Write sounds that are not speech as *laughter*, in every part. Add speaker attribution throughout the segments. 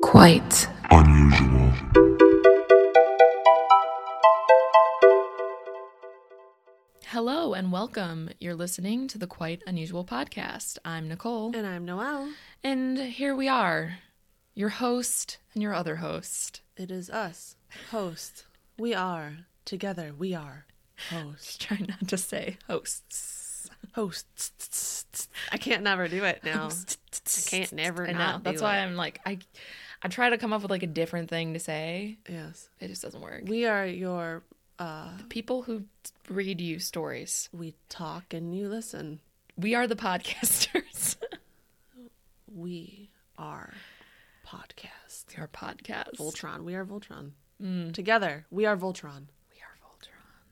Speaker 1: quite
Speaker 2: unusual.
Speaker 1: Hello and welcome. You're listening to the Quite Unusual Podcast. I'm Nicole,
Speaker 3: And I'm Noelle.
Speaker 1: and here we are, your host and your other host. *laughs*
Speaker 3: It is us, host. We are together. We are host.
Speaker 1: Just try not to say hosts.
Speaker 3: *laughs* Hosts. I can't never do it now. I can't never
Speaker 1: I know.
Speaker 3: not.
Speaker 1: That's
Speaker 3: do
Speaker 1: why
Speaker 3: it.
Speaker 1: I'm like I. I try to come up with like a different thing to say.
Speaker 3: Yes,
Speaker 1: It just doesn't work.
Speaker 3: we are your. uh
Speaker 1: People who read you stories.
Speaker 3: We talk and you listen.
Speaker 1: We are the podcasters. *laughs*
Speaker 3: We are podcast.
Speaker 1: we are podcasts.
Speaker 3: Voltron. We are Voltron. Mm. Together, we are Voltron.
Speaker 1: We are Voltron.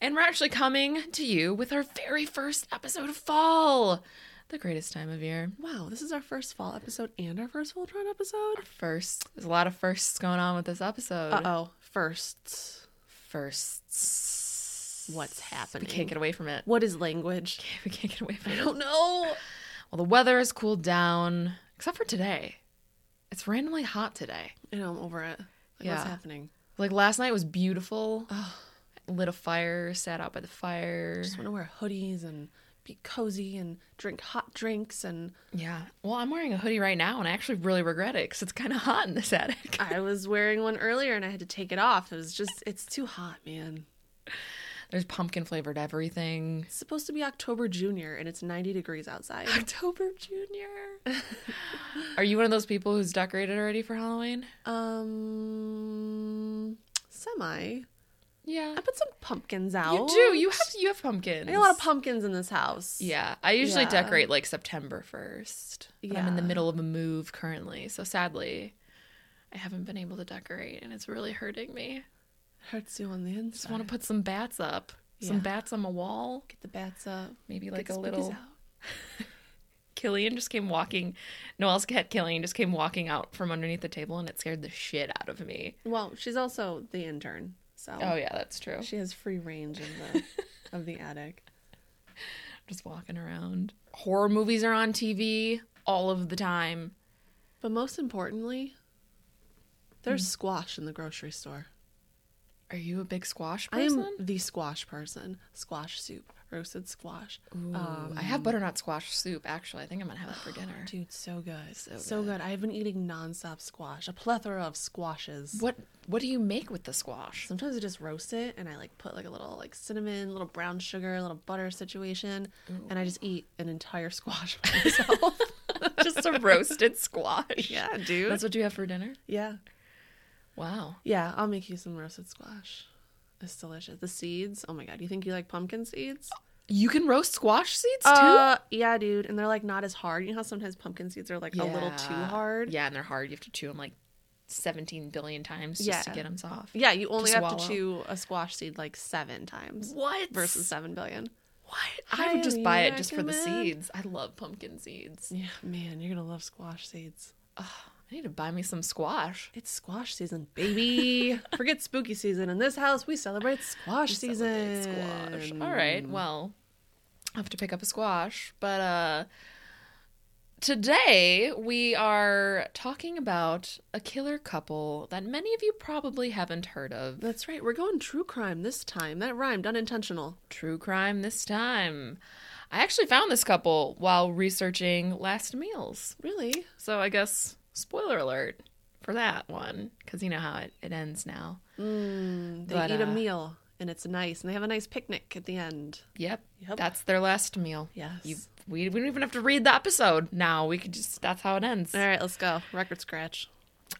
Speaker 1: And we're actually coming to you with our very first episode of fall. The greatest time of year.
Speaker 3: Wow, this is our first fall episode and our first Voltron episode.
Speaker 1: First. There's a lot of firsts going on with this episode.
Speaker 3: Uh oh, firsts.
Speaker 1: Firsts.
Speaker 3: What's
Speaker 1: We can't
Speaker 3: happening?
Speaker 1: get away from it. *laughs*
Speaker 3: What is language?
Speaker 1: We can't get away from
Speaker 3: I
Speaker 1: it.
Speaker 3: don't know.
Speaker 1: Well, the weather has cooled down, except for today. It's randomly hot today.
Speaker 3: You know, I'm over it. Like,
Speaker 1: Yeah.
Speaker 3: What's happening?
Speaker 1: Like last night was beautiful. Lit a fire, sat out by the fire.
Speaker 3: Just want to wear hoodies and be cozy and drink hot drinks. And
Speaker 1: Yeah. Well, I'm wearing a hoodie right now, and I actually really regret it because it's kind of hot in this attic.
Speaker 3: I was wearing one earlier and I had to take it off. It was just, it's too hot, man.
Speaker 1: There's pumpkin flavored everything. *laughs*
Speaker 3: It's supposed to be October Junior and it's 90 degrees outside.
Speaker 1: October
Speaker 3: *laughs*
Speaker 1: Junior. Are you one of those people who's decorated already for Halloween?
Speaker 3: Um, semi.
Speaker 1: Yeah.
Speaker 3: I put some pumpkins out.
Speaker 1: You do. You have you have pumpkins.
Speaker 3: I got a lot of pumpkins in this house.
Speaker 1: Yeah, I usually
Speaker 3: Yeah.
Speaker 1: decorate like September 1st. But I'm in the
Speaker 3: Yeah.
Speaker 1: middle of a move currently, so sadly, I haven't been able to decorate and it's really hurting me.
Speaker 3: It hurts you on the inside.
Speaker 1: Just want to put some bats up. Some
Speaker 3: Yeah.
Speaker 1: bats on the wall,
Speaker 3: get the bats up.
Speaker 1: maybe
Speaker 3: get
Speaker 1: like
Speaker 3: the
Speaker 1: a
Speaker 3: spookies
Speaker 1: little
Speaker 3: out.
Speaker 1: Killian just came walking. Noelle's cat Killian just came walking out from underneath the table and it scared the shit out of me.
Speaker 3: Well, she's also the intern, so
Speaker 1: Oh yeah, that's true.
Speaker 3: she has free range in
Speaker 1: *laughs*
Speaker 3: the of the attic.
Speaker 1: Just walking around. Horror movies are on TV all of the time.
Speaker 3: But most importantly, there's squash in the grocery store.
Speaker 1: Are you a big squash
Speaker 3: I
Speaker 1: person?
Speaker 3: am the squash person. Squash soup, roasted squash. Uh,
Speaker 1: Ooh, Um, I have butternut squash soup. Actually, I think I'm gonna have that for *gasps* dinner.
Speaker 3: Dude, so good. So, good. I've been eating nonstop squash, a plethora of squashes.
Speaker 1: What What do you make with the squash?
Speaker 3: Sometimes I just roast it and I like put like a little like cinnamon, little brown sugar, a little butter situation, and I just eat an entire *laughs* squash by myself.
Speaker 1: *laughs* Just a roasted *laughs* squash.
Speaker 3: yeah, dude.
Speaker 1: that's what you have for dinner.
Speaker 3: yeah.
Speaker 1: Wow.
Speaker 3: Yeah, I'll make you some roasted squash. It's delicious. The seeds. Oh my god, you think you like pumpkin seeds?
Speaker 1: You can roast squash seeds too.
Speaker 3: Uh, yeah, dude. And they're like not as hard. You know how sometimes pumpkin seeds are like a little too
Speaker 1: Yeah.
Speaker 3: hard?
Speaker 1: Yeah, and they're hard. You have to chew them like 17 billion times just to
Speaker 3: Yeah.
Speaker 1: get them soft.
Speaker 3: Yeah, you only have
Speaker 1: swallow.
Speaker 3: to chew a squash seed like seven times
Speaker 1: What?
Speaker 3: versus seven billion.
Speaker 1: what? I would just
Speaker 3: Highly
Speaker 1: buy it just for the
Speaker 3: recommend.
Speaker 1: seeds. I love pumpkin seeds.
Speaker 3: Yeah, man, you're gonna love squash seeds.
Speaker 1: I need to buy me some squash.
Speaker 3: It's squash season, *laughs* baby. Forget spooky season. In this house, we celebrate squash season.
Speaker 1: Celebrate Squash. All right. Well, I have to pick up a squash, but uh today we are talking about a killer couple that many of you probably haven't heard of.
Speaker 3: That's right. We're going true crime this time. That rhymed, unintentional.
Speaker 1: True crime this time. I actually found this couple while researching last meals.
Speaker 3: Really?
Speaker 1: So I guess spoiler alert for that one cuz you know how it, it ends now.
Speaker 3: They
Speaker 1: But,
Speaker 3: eat
Speaker 1: uh,
Speaker 3: a meal and it's nice, and they have a nice picnic at the end.
Speaker 1: Yep.
Speaker 3: Yep.
Speaker 1: That's their last meal.
Speaker 3: Yes.
Speaker 1: You, we, we don't even have to read the episode now. We could just, that's how it ends.
Speaker 3: All right, let's go. Record scratch.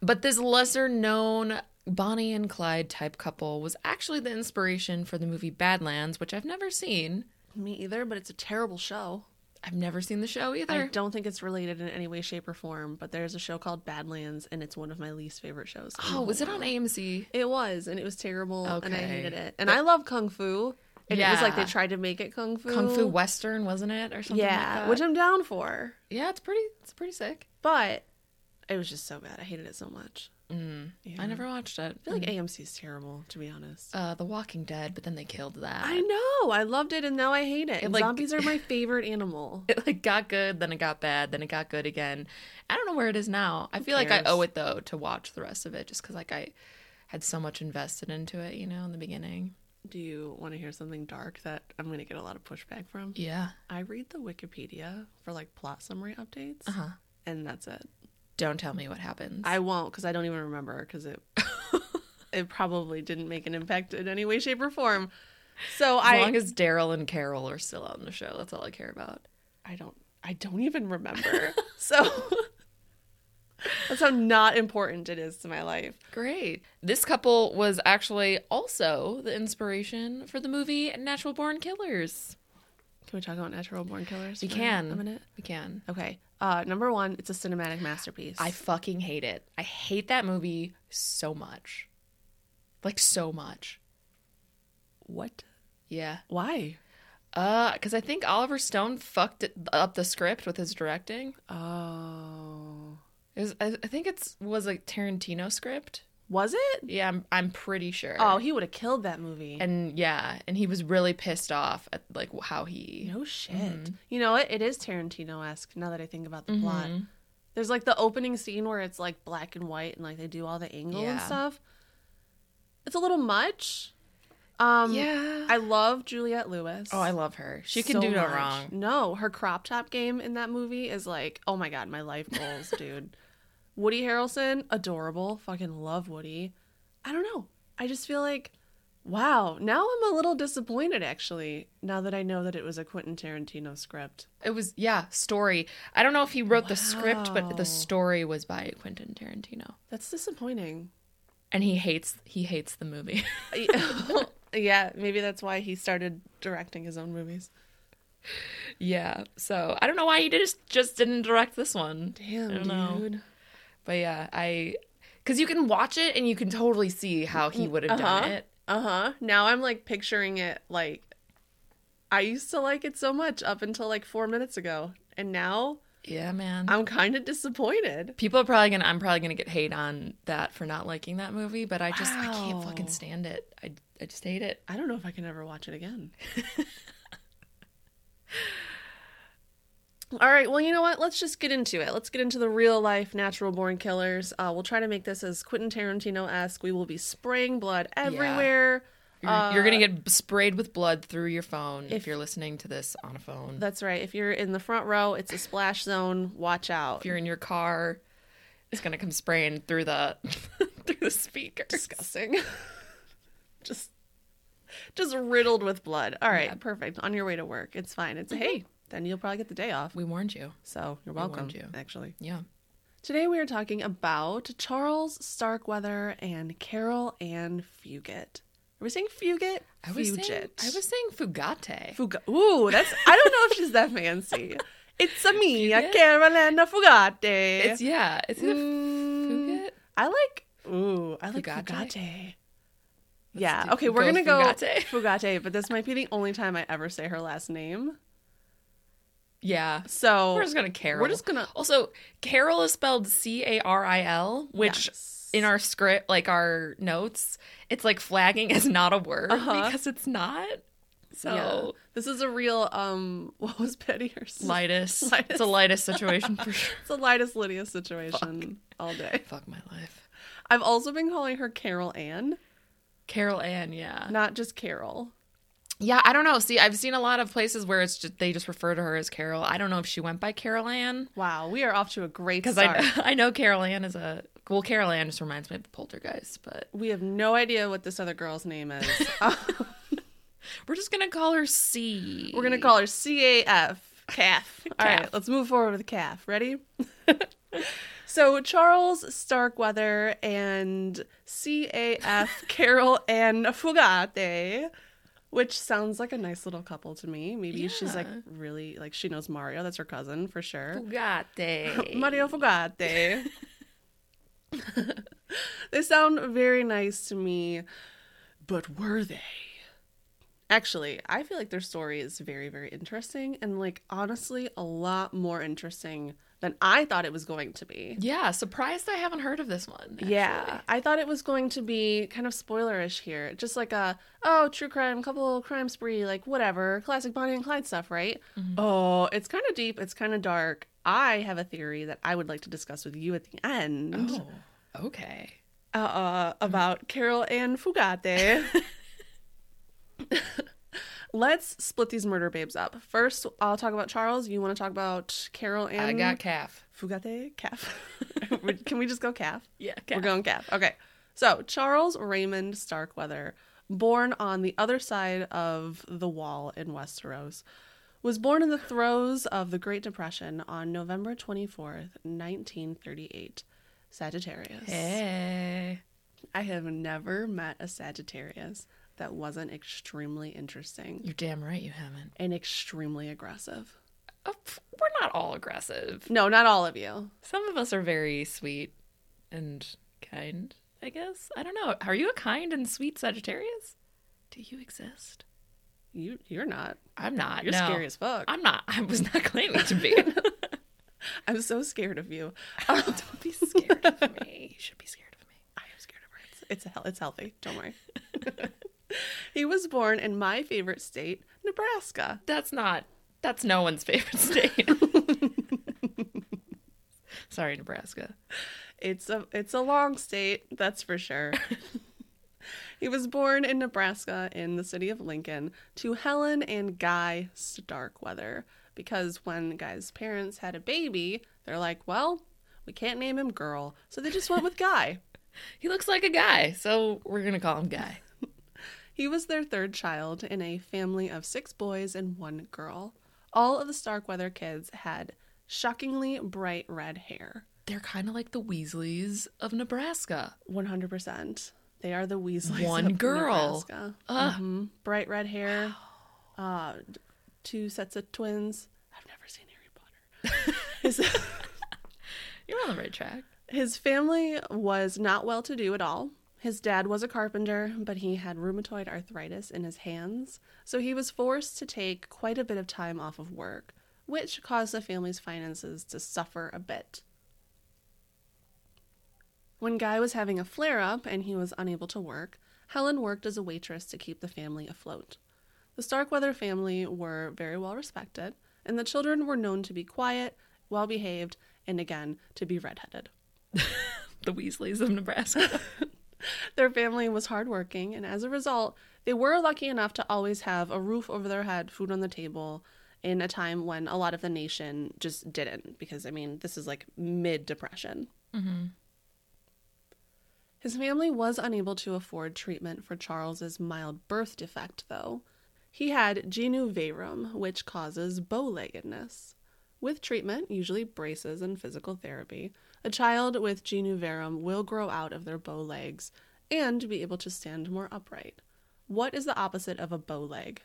Speaker 1: But this lesser known Bonnie and Clyde type couple was actually the inspiration for the movie Badlands, which I've never seen.
Speaker 3: Me either, but it's a terrible show.
Speaker 1: I've never seen the show
Speaker 3: I
Speaker 1: either.
Speaker 3: don't think it's related in any way, shape, or form, but there's a show called Badlands, and it's one of my least favorite shows. in the
Speaker 1: Oh, was
Speaker 3: whole
Speaker 1: it on
Speaker 3: world.
Speaker 1: AMC?
Speaker 3: It was, and it was terrible, and I
Speaker 1: Okay.
Speaker 3: hated it. And I love Kung Fu, and it was like they
Speaker 1: Yeah.
Speaker 3: tried to make it Kung Fu.
Speaker 1: Kung Fu Western, wasn't it? Or something
Speaker 3: Yeah,
Speaker 1: like that.
Speaker 3: which I'm down for,
Speaker 1: yeah, it's pretty it's pretty sick.
Speaker 3: but It was just so bad. I hated it so much.
Speaker 1: Mm.
Speaker 3: Yeah.
Speaker 1: I never watched it.
Speaker 3: I feel like AMC's terrible, to be honest.
Speaker 1: uh, The Walking Dead, but then they killed that.
Speaker 3: I know. I loved it, and now I hate it.
Speaker 1: It,
Speaker 3: And
Speaker 1: like-
Speaker 3: zombies
Speaker 1: *laughs*
Speaker 3: are my favorite animal.
Speaker 1: It like got good, then it got bad, then it got good again. I don't know where it is now. I feel like I
Speaker 3: cares?
Speaker 1: owe it though to watch the rest of it, just because like I had so much invested into it, you know, in the beginning.
Speaker 3: Do you want to hear something dark that I'm going to get a lot of pushback from?
Speaker 1: Yeah.
Speaker 3: I read the Wikipedia for like plot summary updates,
Speaker 1: Uh huh.
Speaker 3: and that's it.
Speaker 1: Don't tell me what happens.
Speaker 3: I won't because I don't even remember because it *laughs* it probably didn't make an impact in any way, shape, or form. So
Speaker 1: as
Speaker 3: I
Speaker 1: long as Daryl and Carol are still on the show, that's all I care about.
Speaker 3: I don't I don't even remember. so *laughs* that's how not important it is to my life.
Speaker 1: *laughs* Great. This couple was actually also the inspiration for the movie Natural Born Killers.
Speaker 3: Can we talk about natural born killers?
Speaker 1: We
Speaker 3: for
Speaker 1: can.
Speaker 3: a minute.
Speaker 1: We can.
Speaker 3: Okay. Uh, number one, it's a cinematic masterpiece.
Speaker 1: I fucking hate it. I hate that movie so much. Like so much.
Speaker 3: what?
Speaker 1: Yeah.
Speaker 3: Why?
Speaker 1: Uh cuz I think Oliver Stone fucked it, up the script with his directing.
Speaker 3: Oh,
Speaker 1: It was, I I think it's was a Tarantino script.
Speaker 3: was it?
Speaker 1: Yeah, I'm I'm pretty sure.
Speaker 3: Oh, he would have killed that movie.
Speaker 1: and yeah, and he was really pissed off at like how he
Speaker 3: No shit.
Speaker 1: Mm-hmm.
Speaker 3: You know what? It is Tarantino esque now that I think about the plot. There's like the opening scene where it's like black and white and like they do all the angle and
Speaker 1: Yeah.
Speaker 3: stuff. It's a little much. Um,
Speaker 1: Yeah.
Speaker 3: I love Juliette Lewis.
Speaker 1: oh, I love her. She can
Speaker 3: so
Speaker 1: do no
Speaker 3: much.
Speaker 1: wrong.
Speaker 3: No, her crop top game in that movie is like, oh my god, my life goals, dude. *laughs* Woody Harrelson, adorable. Fucking love Woody. I don't know. I just feel like, wow. Now I'm a little disappointed, actually. Now that I know that it was a Quentin Tarantino script.
Speaker 1: It was yeah, story. I don't know if he wrote the script, but
Speaker 3: Wow.
Speaker 1: the story was by Quentin Tarantino.
Speaker 3: That's
Speaker 1: *laughs*
Speaker 3: disappointing. *laughs*
Speaker 1: And he hates he hates the movie. *laughs*
Speaker 3: yeah, maybe that's why he started directing his own movies.
Speaker 1: yeah. So I don't know why he just just didn't direct this one.
Speaker 3: Damn,
Speaker 1: I don't know.
Speaker 3: dude.
Speaker 1: But yeah, I because you can watch it and you can totally see how he would have done
Speaker 3: Uh-huh.
Speaker 1: it.
Speaker 3: Uh huh. Now I'm like picturing it like I used to like it so much up until like four minutes ago, and now
Speaker 1: Yeah, man.
Speaker 3: I'm kind of disappointed.
Speaker 1: People are probably gonna. I'm probably gonna get hate on that for not liking that movie, but I just I can't
Speaker 3: Wow.
Speaker 1: fucking stand it. I I just hate it.
Speaker 3: I don't know if I can ever watch it again. *laughs* All right, well, you know what? Let's just get into it. Let's get into the real life natural born killers. Uh, we'll try to make this as Quentin Tarantino esque. We will be spraying blood everywhere.
Speaker 1: You're, you're gonna get sprayed with blood through your phone if,
Speaker 3: Uh, if-
Speaker 1: you're listening to this on a phone.
Speaker 3: That's right. If you're in the front row, it's a splash zone. Watch out.
Speaker 1: if you're in your car, it's gonna come spraying through the *laughs* through the speakers.
Speaker 3: disgusting. just just riddled with blood. All right, perfect. On your way to work. It's fine. It's hey, then you'll probably get the day off.
Speaker 1: Mm-hmm. We warned you.
Speaker 3: So you're
Speaker 1: warned
Speaker 3: welcome.
Speaker 1: you.
Speaker 3: Actually.
Speaker 1: Yeah.
Speaker 3: Today we are talking about Charles Starkweather and Carol Ann Fugit. Are we saying Fugit?
Speaker 1: I was
Speaker 3: Fugit.
Speaker 1: saying I was saying fugate.
Speaker 3: Fuga- Ooh, that's I don't know if she's that
Speaker 1: *laughs*
Speaker 3: fancy. It's a me, a
Speaker 1: Fugit?
Speaker 3: Carol Ann Fugate.
Speaker 1: It's yeah. It's either
Speaker 3: Mm,
Speaker 1: fugate.
Speaker 3: I like. Ooh, I like
Speaker 1: Fugate?
Speaker 3: fugate. yeah.
Speaker 1: do-
Speaker 3: Okay, we're
Speaker 1: go
Speaker 3: gonna
Speaker 1: Fugate.
Speaker 3: go *laughs* fugate, but this might be the only time I ever say her last name.
Speaker 1: Yeah.
Speaker 3: So
Speaker 1: We're just gonna Carol.
Speaker 3: We're just gonna.
Speaker 1: also Carol is spelled C A R I L, which
Speaker 3: Yes.
Speaker 1: in our script, like our notes, it's like flagging *laughs* is not a word
Speaker 3: Uh-huh.
Speaker 1: because it's not. So
Speaker 3: Yeah. this is a real. Um, *laughs* what was Betty
Speaker 1: *laughs*
Speaker 3: her?
Speaker 1: Lightus.
Speaker 3: Lightus.
Speaker 1: It's a lightus *laughs* situation for sure.
Speaker 3: It's a Lightus Lydia situation all day.
Speaker 1: Fuck my life.
Speaker 3: I've also been calling her Carol Ann,
Speaker 1: Carol Ann, yeah.
Speaker 3: not just Carol.
Speaker 1: Yeah, I don't know. See, I've seen a lot of places where it's just they just refer to her as Carol. I don't know if she went by Carol Ann
Speaker 3: Wow, we are off to a great
Speaker 1: because
Speaker 3: start.
Speaker 1: *laughs* I I know Carol Ann is a well Carol Ann just reminds me of the Poltergeist, but
Speaker 3: We have no idea what this other girl's name is.
Speaker 1: we're just gonna call her C.
Speaker 3: We're gonna call her CAF. Calf. All
Speaker 1: Calf.
Speaker 3: right, let's move forward with calf. Ready? so Charles Starkweather and CAF Carol Ann Fugate, which sounds like a nice little couple to me. Maybe she's like
Speaker 1: Yeah.
Speaker 3: really like she knows Mario. That's her cousin for sure.
Speaker 1: Fugate.
Speaker 3: *laughs* Mario Fugate. *laughs* they sound very nice to me, but were they? Actually, I feel like their story is very, very interesting and, like, honestly, a lot more interesting than I thought it was going to be.
Speaker 1: Yeah, surprised I haven't heard of this one. actually.
Speaker 3: Yeah, I thought it was going to be kind of spoilerish here, just like a oh true crime, couple crime spree, like whatever, classic Bonnie and Clyde stuff, right? Oh, it's kind of deep, it's kind of dark. I have a theory that I would like to discuss with you at the end
Speaker 1: Oh, okay.
Speaker 3: uh, uh, about Carol and *laughs* Fugate. Let's split these murder babes up. First, I'll talk about Charles. You want to talk about Carol and
Speaker 1: I got calf.
Speaker 3: Fugate Calf? Can *laughs* we just go Calf?
Speaker 1: Yeah,
Speaker 3: We're going Calf. Okay. So Charles Raymond Starkweather, born on the other side of the wall in Westeros, was born in the throes of the Great Depression on November 24th, 1938. Sagittarius.
Speaker 1: Hey.
Speaker 3: I have never met a Sagittarius that wasn't extremely interesting
Speaker 1: You're damn right you haven't.
Speaker 3: and extremely aggressive.
Speaker 1: Oh, pff, we're not all aggressive.
Speaker 3: No, not all of you.
Speaker 1: Some of us are very sweet and kind, I guess. I don't know. Are you a kind and sweet Sagittarius? Do you exist?
Speaker 3: You you're not.
Speaker 1: I'm not.
Speaker 3: You're
Speaker 1: no.
Speaker 3: scary as fuck.
Speaker 1: I'm not. I was not claiming to
Speaker 3: *laughs*
Speaker 1: be. *laughs*
Speaker 3: I'm so scared of you.
Speaker 1: Don't be scared of me. You should be scared of me.
Speaker 3: I am scared of her. It's- It's hel- it's healthy. Don't worry. *laughs* he was born in my favorite state, Nebraska.
Speaker 1: That's not. That's no one's *laughs* favorite state. Sorry, Nebraska.
Speaker 3: It's a it's a long state, that's for sure. he was born in Nebraska in the city of Lincoln to Helen and Guy Starkweather because when Guy's parents had a baby, they're like, "Well, we can't name him girl." So they just went with Guy.
Speaker 1: He looks like a guy, so we're gonna call him Guy.
Speaker 3: He was their third child in a family of six boys and one girl. All of the Starkweather kids had shockingly bright red hair.
Speaker 1: They're kind of like the Weasleys of Nebraska.
Speaker 3: 100%. They are the Weasleys.
Speaker 1: One
Speaker 3: of
Speaker 1: girl.
Speaker 3: Nebraska.
Speaker 1: Ugh.
Speaker 3: Mhm. Bright red hair. Uh, d- two sets of twins. I've never seen Harry Potter.
Speaker 1: *laughs*
Speaker 3: his,
Speaker 1: You're on the right track.
Speaker 3: his family was not well to do at all. His dad was a carpenter, but he had rheumatoid arthritis in his hands, so he was forced to take quite a bit of time off of work, which caused the family's finances to suffer a bit. When Guy was having a flare up and he was unable to work, Helen worked as a waitress to keep the family afloat. The Starkweather family were very well respected, and the children were known to be quiet, well behaved, and again, to be redheaded.
Speaker 1: The Weasleys of *laughs* Nebraska.
Speaker 3: Their family was hardworking, and as a result, they were lucky enough to always have a roof over their head, food on the table, in a time when a lot of the nation just didn't. Because, I mean, this is like mid Depression. His family was unable to afford treatment for Charles's mild birth defect, though. He had genu varum, which causes bow-leggedness. With treatment, usually braces and physical therapy, a child with genu varum will grow out of their bow legs and be able to stand more upright. What is the opposite of a bow leg?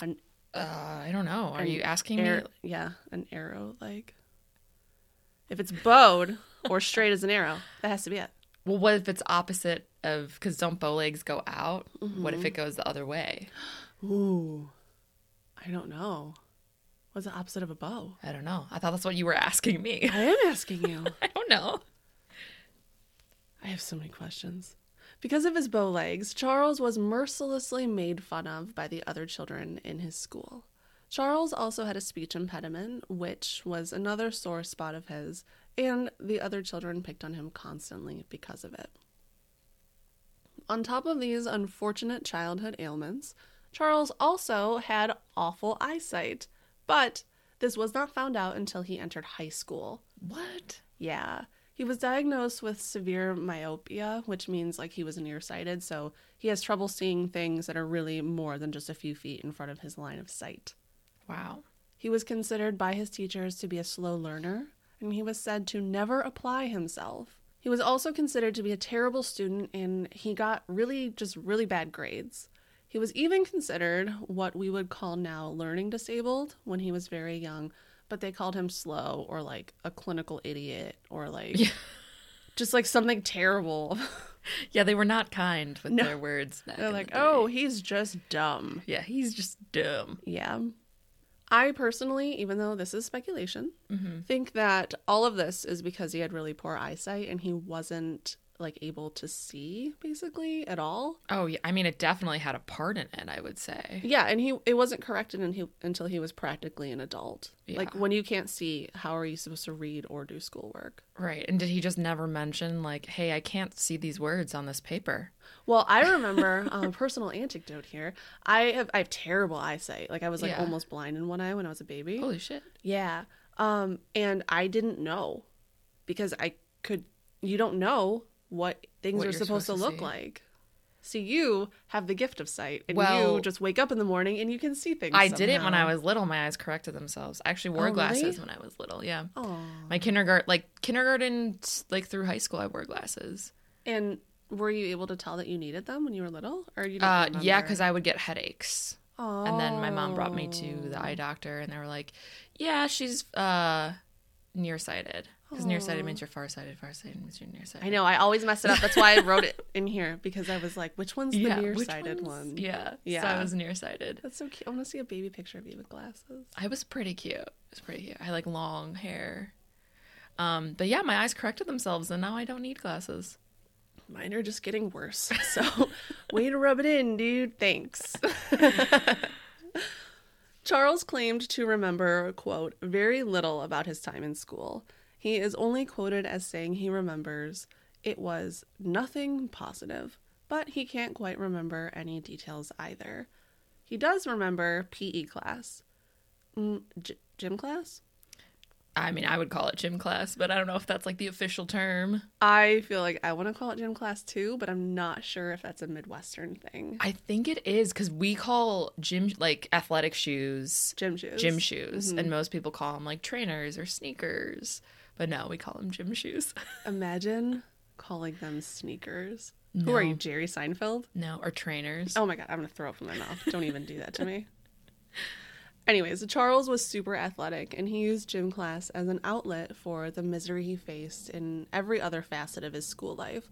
Speaker 3: An
Speaker 1: uh, I don't know. Are
Speaker 3: An
Speaker 1: you asking
Speaker 3: arrow,
Speaker 1: me?
Speaker 3: yeah, an arrow leg. If it's bowed or straight as an arrow, that has to be it.
Speaker 1: Well, what if it's opposite of because don't bow legs go out? What if it goes the other way?
Speaker 3: Ooh, I don't know. What's the opposite of a bow?
Speaker 1: I don't know. I thought that's what you were asking me. *laughs*
Speaker 3: I am asking you.
Speaker 1: I don't know.
Speaker 3: I have so many questions. Because of his bow legs, Charles was mercilessly made fun of by the other children in his school. Charles also had a speech impediment, which was another sore spot of his, and the other children picked on him constantly because of it. On top of these unfortunate childhood ailments, Charles also had awful eyesight, but this was not found out until he entered high school.
Speaker 1: What?
Speaker 3: Yeah. He was diagnosed with severe myopia, which means like he was nearsighted, so he has trouble seeing things that are really more than just a few feet in front of his line of sight.
Speaker 1: Wow.
Speaker 3: He was considered by his teachers to be a slow learner, and he was said to never apply himself. He was also considered to be a terrible student, and he got really, just really bad grades. He was even considered what we would call now learning disabled when he was very young, but they called him slow or like a clinical idiot or like
Speaker 1: Yeah.
Speaker 3: just like something terrible. *laughs*
Speaker 1: Yeah, they were not kind with
Speaker 3: No.
Speaker 1: their words. back
Speaker 3: They're
Speaker 1: in the
Speaker 3: like,
Speaker 1: day.
Speaker 3: oh, he's just dumb.
Speaker 1: yeah, he's just dumb.
Speaker 3: Yeah. I personally, even though this is speculation,
Speaker 1: hmm
Speaker 3: think that all of this is because he had really poor eyesight and he wasn't like able to see basically at all.
Speaker 1: Oh, yeah. I mean, it definitely had a part in it, I would say.
Speaker 3: Yeah, and he it wasn't corrected and he, until he was practically an adult. Like
Speaker 1: Yeah.
Speaker 3: when you can't see, how are you supposed to read or do schoolwork?
Speaker 1: Right. And did he just never mention, like, hey, I can't see these words on this paper?
Speaker 3: Well, I
Speaker 1: *laughs*
Speaker 3: remember um, a personal anecdote here. I have I have terrible eyesight. Like I was like
Speaker 1: Yeah.
Speaker 3: almost blind in one eye when I was a baby.
Speaker 1: Holy shit.
Speaker 3: Yeah. Um, and I didn't know because I could, you don't know what things
Speaker 1: What
Speaker 3: are
Speaker 1: you're supposed
Speaker 3: supposed, to
Speaker 1: to
Speaker 3: look
Speaker 1: see.
Speaker 3: like. So you have the gift of sight and you
Speaker 1: Well-
Speaker 3: just wake up in the morning and you can see things.
Speaker 1: I did it when I was little. My eyes corrected themselves. I actually
Speaker 3: Oh,
Speaker 1: wore
Speaker 3: really?
Speaker 1: glasses when I was little. Yeah.
Speaker 3: Oh.
Speaker 1: My kindergarten, like, kindergarten, like, through high school, I wore glasses.
Speaker 3: And were you able to tell that you needed them when you were little or you didn't
Speaker 1: Uh, yeah,
Speaker 3: remember?
Speaker 1: because I would get headaches.
Speaker 3: oh.
Speaker 1: And then my mom brought me to the eye doctor, and they were like, "Yeah, she's uh, nearsighted because nearsighted means you're farsighted. Farsighted means you're nearsighted."
Speaker 3: Oh. I know. I always mess it up. That's why I wrote it in here because I was like, which one's the
Speaker 1: Yeah, which
Speaker 3: nearsighted
Speaker 1: ones?
Speaker 3: one?
Speaker 1: Yeah, yeah. So
Speaker 3: Yeah.
Speaker 1: I was nearsighted.
Speaker 3: That's so cute. I want to see a baby picture of you with glasses.
Speaker 1: I was pretty cute. It was pretty cute. I had, like long hair. Um, but yeah, my eyes corrected themselves, and now I don't need glasses.
Speaker 3: Mine are just getting worse. *laughs* So, way to rub it in, dude. Thanks. *laughs* Charles claimed to remember, quote, very little about his time in school. He is only quoted as saying he remembers it was nothing positive, but he can't quite remember any details either. He does remember PE class, mm, gy- gym class.
Speaker 1: I mean, I would call it gym class, but I don't know if that's like the official term.
Speaker 3: I feel like I want to call it gym class too, but I'm not sure if that's a Midwestern thing.
Speaker 1: I think it is because we call gym like athletic shoes
Speaker 3: Gym shoes. Mm-hmm.
Speaker 1: gym shoes and most people call them like trainers or sneakers but no we call them gym shoes *laughs*
Speaker 3: Imagine calling them sneakers. Who are you, Jerry Seinfeld?
Speaker 1: no or trainers
Speaker 3: Oh my god, I'm gonna throw up in my mouth. Don't even do that to *laughs* me. Anyways, Charles was super athletic and he used gym class as an outlet for the misery he faced in every other facet of his school life.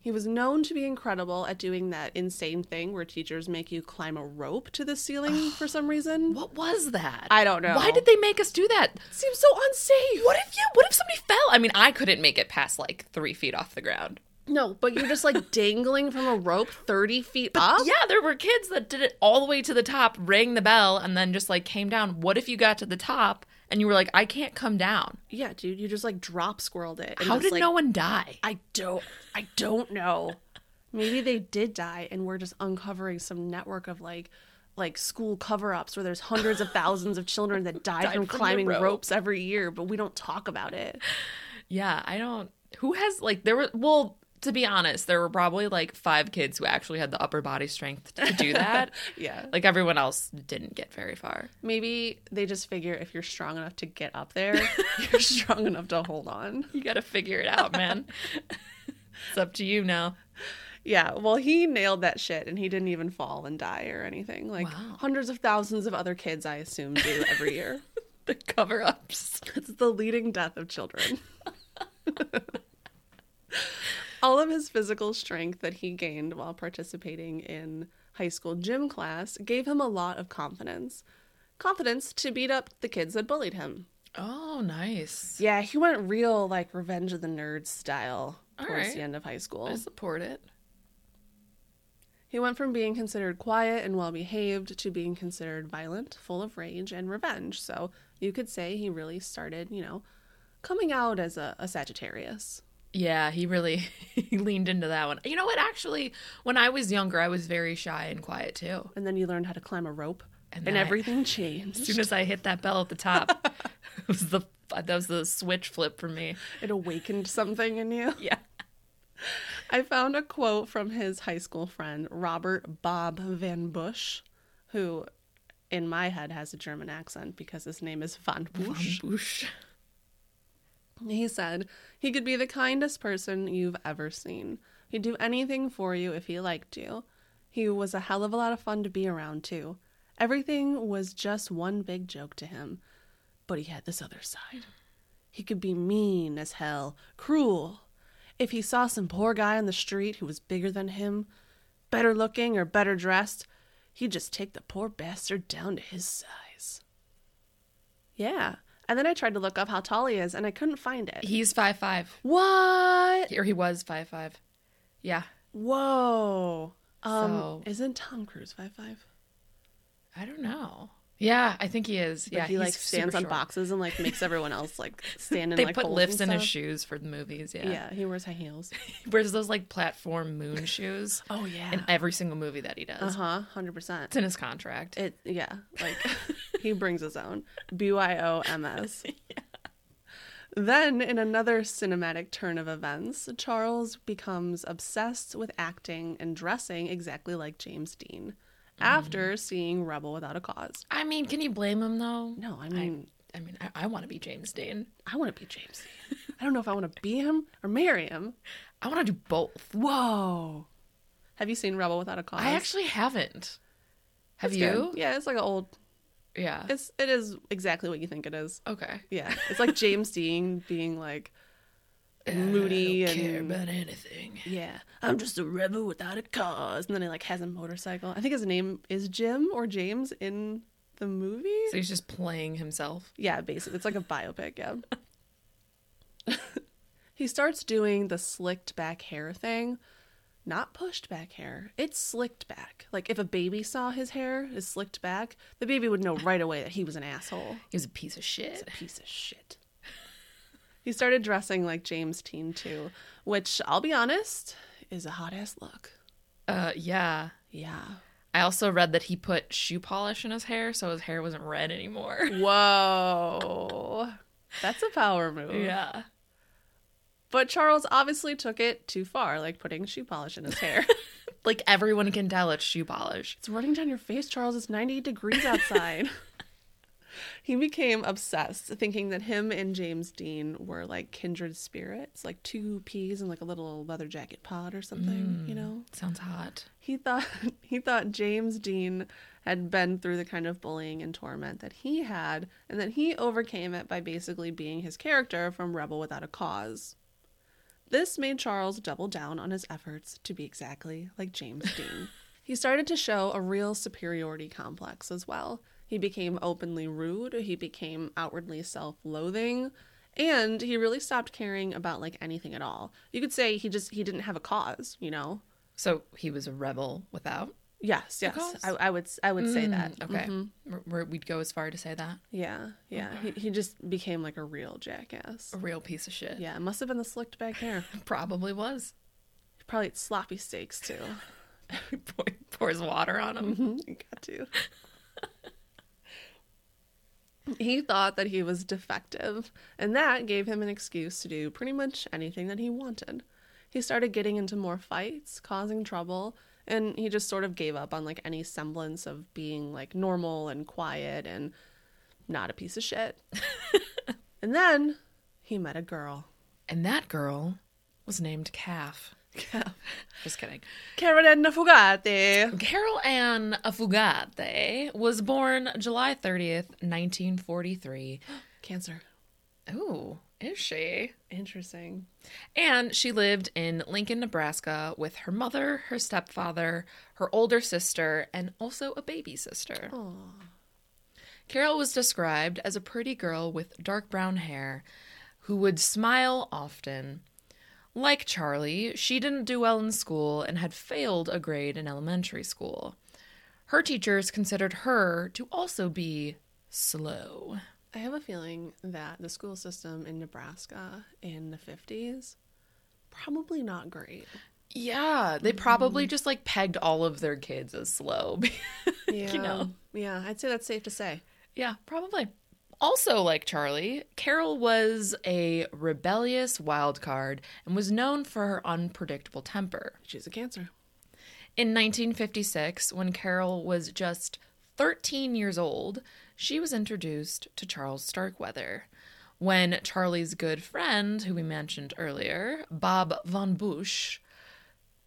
Speaker 3: He was known to be incredible at doing that insane thing where teachers make you climb a rope to the *gasps* ceiling for some reason.
Speaker 1: what was that
Speaker 3: I don't know.
Speaker 1: why did they make us do that
Speaker 3: Seems so unsafe.
Speaker 1: what if you what if somebody fell i mean i couldn't make it past like three feet off the ground
Speaker 3: No, but you're just *laughs* like dangling from a rope 30 feet up.
Speaker 1: yeah there were kids that did it all the way to the top rang the bell and then just like came down what if you got to the top and you were like i can't come down
Speaker 3: Yeah, dude, you just like drop squirreled it. And
Speaker 1: how
Speaker 3: just,
Speaker 1: did
Speaker 3: like,
Speaker 1: no one die
Speaker 3: I don't. I don't know. Maybe they did die, and we're just uncovering some network of like, like school cover-ups where there's hundreds of thousands of children
Speaker 1: *laughs*
Speaker 3: that die
Speaker 1: Died
Speaker 3: from
Speaker 1: from the
Speaker 3: climbing
Speaker 1: rope.
Speaker 3: ropes every year, but we don't talk about it.
Speaker 1: Yeah, I don't. Who has like there were well to be honest, there were probably like five kids who actually had the upper body strength to do that.
Speaker 3: *laughs* Yeah.
Speaker 1: like everyone else didn't get very far.
Speaker 3: Maybe they just figure if you're strong enough to get up there, *laughs* you're strong enough to hold on.
Speaker 1: You got to figure it out,
Speaker 3: *laughs*
Speaker 1: man. it's up to you now.
Speaker 3: Yeah, well, he nailed that shit, and he didn't even fall and die or anything. Like
Speaker 1: Wow.
Speaker 3: hundreds of thousands of other kids, I assume, do every year.
Speaker 1: The cover-ups.
Speaker 3: *laughs* It's the leading death of children. *laughs* All of his physical strength that he gained while participating in high school gym class gave him a lot of confidence. Confidence to beat up the kids that bullied him.
Speaker 1: Oh, nice.
Speaker 3: Yeah, he went real like Revenge of the Nerds style
Speaker 1: All
Speaker 3: towards
Speaker 1: right.
Speaker 3: the end of high school.
Speaker 1: I support it.
Speaker 3: He went from being considered quiet and well behaved to being considered violent, full of rage and revenge. So you could say he really started, you know, coming out as a, a Sagittarius.
Speaker 1: Yeah, he really *laughs* he leaned into that one. You know what? Actually, when I was younger, I was very shy and quiet too.
Speaker 3: And then you learned how to climb a rope,
Speaker 1: And
Speaker 3: and,
Speaker 1: then I-
Speaker 3: everything
Speaker 1: As
Speaker 3: changed.
Speaker 1: soon as I hit that bell at the top,
Speaker 3: *laughs*
Speaker 1: it was the that was the switch flip for me.
Speaker 3: It awakened something in you.
Speaker 1: Yeah.
Speaker 3: I found a quote from his high school friend, Robert Bob Van Bush, who in my head has a German accent because his name is Van Busch.
Speaker 1: Boosh.
Speaker 3: He said, He could be the kindest person you've ever seen. He'd do anything for you if he liked you. He was a hell of a lot of fun to be around, too. Everything was just one big joke to him. But he had this other side. He could be mean as hell, cruel. If he saw some poor guy on the street who was bigger than him, better looking or better dressed, he'd just take the poor bastard down to his size. Yeah. And then I tried to look up how tall he is and I couldn't find it.
Speaker 1: He's five five,
Speaker 3: What?
Speaker 1: or he was five five. Yeah,
Speaker 3: Whoa. Um
Speaker 1: So-
Speaker 3: isn't Tom Cruise five five?
Speaker 1: I don't know. Yeah, I think he is.
Speaker 3: But
Speaker 1: yeah,
Speaker 3: he like
Speaker 1: he's super
Speaker 3: stands on
Speaker 1: short.
Speaker 3: boxes and like makes everyone
Speaker 1: *laughs*
Speaker 3: else like stand in
Speaker 1: They
Speaker 3: like
Speaker 1: put
Speaker 3: holes
Speaker 1: lifts in
Speaker 3: and
Speaker 1: his
Speaker 3: stuff.
Speaker 1: shoes for the movies. Yeah.
Speaker 3: Yeah. he wears
Speaker 1: *laughs*
Speaker 3: high heels.
Speaker 1: He wears those like platform moon shoes
Speaker 3: *gasps* Oh yeah.
Speaker 1: in every single movie that he does.
Speaker 3: Uh huh. Hundred percent.
Speaker 1: It's in his contract.
Speaker 3: It yeah. Like *laughs* he brings his own. B Y O M S.
Speaker 1: *laughs*
Speaker 3: Then, in another cinematic turn of events, Charles becomes obsessed with acting and dressing exactly like James Dean
Speaker 1: Mm-hmm.
Speaker 3: after seeing Rebel Without a Cause.
Speaker 1: I mean, can you blame him though?
Speaker 3: No, Mm. I mean,
Speaker 1: I mean, I, I want to be James Dean.
Speaker 3: I want to be James Dean. I don't know if I want to be him or marry him.
Speaker 1: I want to do both.
Speaker 3: Whoa. Have you seen Rebel Without a Cause?
Speaker 1: I actually haven't. Have
Speaker 3: It's
Speaker 1: you?
Speaker 3: good. Yeah, it's like an old.
Speaker 1: Yeah.
Speaker 3: It's it is exactly what you think it is.
Speaker 1: okay.
Speaker 3: Yeah, *laughs* it's like James Dean being like moody
Speaker 1: I don't care
Speaker 3: and
Speaker 1: about anything.
Speaker 3: yeah, I'm just a rebel without a cause. And then he like has a motorcycle. I think his name is Jim or James in the movie.
Speaker 1: So he's just playing himself.
Speaker 3: Yeah, basically, it's like a biopic. Yeah. *laughs* he starts doing the slicked back hair thing, not pushed back hair. It's slicked back. Like if a baby saw his hair is slicked back, the baby would know right away that he was an asshole.
Speaker 1: He's a piece of shit.
Speaker 3: Piece of shit. *laughs* He started dressing like James Teen too, which I'll be honest is a hot ass look.
Speaker 1: Uh, yeah.
Speaker 3: Yeah.
Speaker 1: I also read that he put shoe polish in his hair, so his hair wasn't red anymore.
Speaker 3: Whoa. That's a power
Speaker 1: *laughs*
Speaker 3: move.
Speaker 1: yeah.
Speaker 3: But Charles obviously took it too far, like putting shoe polish in his hair. *laughs*
Speaker 1: Like everyone can tell it's shoe polish.
Speaker 3: it's running down your face, Charles. It's 90 degrees *laughs* outside. he became obsessed, thinking that him and James Dean were like kindred spirits, like two peas in like a little leather jacket pod or something, you know?
Speaker 1: Sounds hot.
Speaker 3: He thought *laughs* he thought James Dean had been through the kind of bullying and torment that he had, and that he overcame it by basically being his character from Rebel Without a Cause. This made Charles double down on his efforts to be exactly like James Dean. he started to show a real superiority complex as well. He became openly rude, he became outwardly self-loathing, and he really stopped caring about like anything at all. You could say he just he didn't have a cause, you know.
Speaker 1: So he was a rebel without.
Speaker 3: Yes, yes.
Speaker 1: cause?
Speaker 3: I, I would s- I would say that.
Speaker 1: Mm, Okay. We're- we're- We'd go as far to say that.
Speaker 3: Yeah, yeah. He, he just became like a real jackass.
Speaker 1: A real piece of shit.
Speaker 3: Yeah, it must have been the slicked back hair.
Speaker 1: Probably was. *laughs*
Speaker 3: Probably ate sloppy steaks too.
Speaker 1: Pour- Pours water on him.
Speaker 3: you *laughs* got to. he thought that he was defective, and that gave him an excuse to do pretty much anything that he wanted. He started getting into more fights, causing trouble, and he just sort of gave up on like any semblance of being like normal and quiet and not a piece of *laughs* shit. and then he met a girl.
Speaker 1: And that girl was named Calf. Calf. *laughs* Just kidding.
Speaker 3: Karen Edna Fugate.
Speaker 1: Carol Ann Affugate was born July 30th, 1943.
Speaker 3: Cancer.
Speaker 1: Ooh, is she?
Speaker 3: Interesting.
Speaker 1: And she lived in Lincoln, Nebraska with her mother, her stepfather, her older sister, and also a baby sister. Carol was described as a pretty girl with dark brown hair who would smile often. Like Charlie, she didn't do well in school and had failed a grade in elementary school. Her teachers considered her to also be slow.
Speaker 3: I have a feeling that the school system in Nebraska in the 50s probably not *laughs* great.
Speaker 1: Yeah, they probably just like pegged all of their kids as slow. *laughs*
Speaker 3: Yeah.
Speaker 1: know.
Speaker 3: Yeah, I'd say that's safe to say.
Speaker 1: yeah, probably. Also, like Charlie, Carol was a rebellious wild card and was known for her unpredictable temper.
Speaker 3: She's a cancer.
Speaker 1: In 1956, when Carol was just 13 years old, she was introduced to Charles Starkweather. When Charlie's good friend, who we mentioned earlier, Bob von Busch,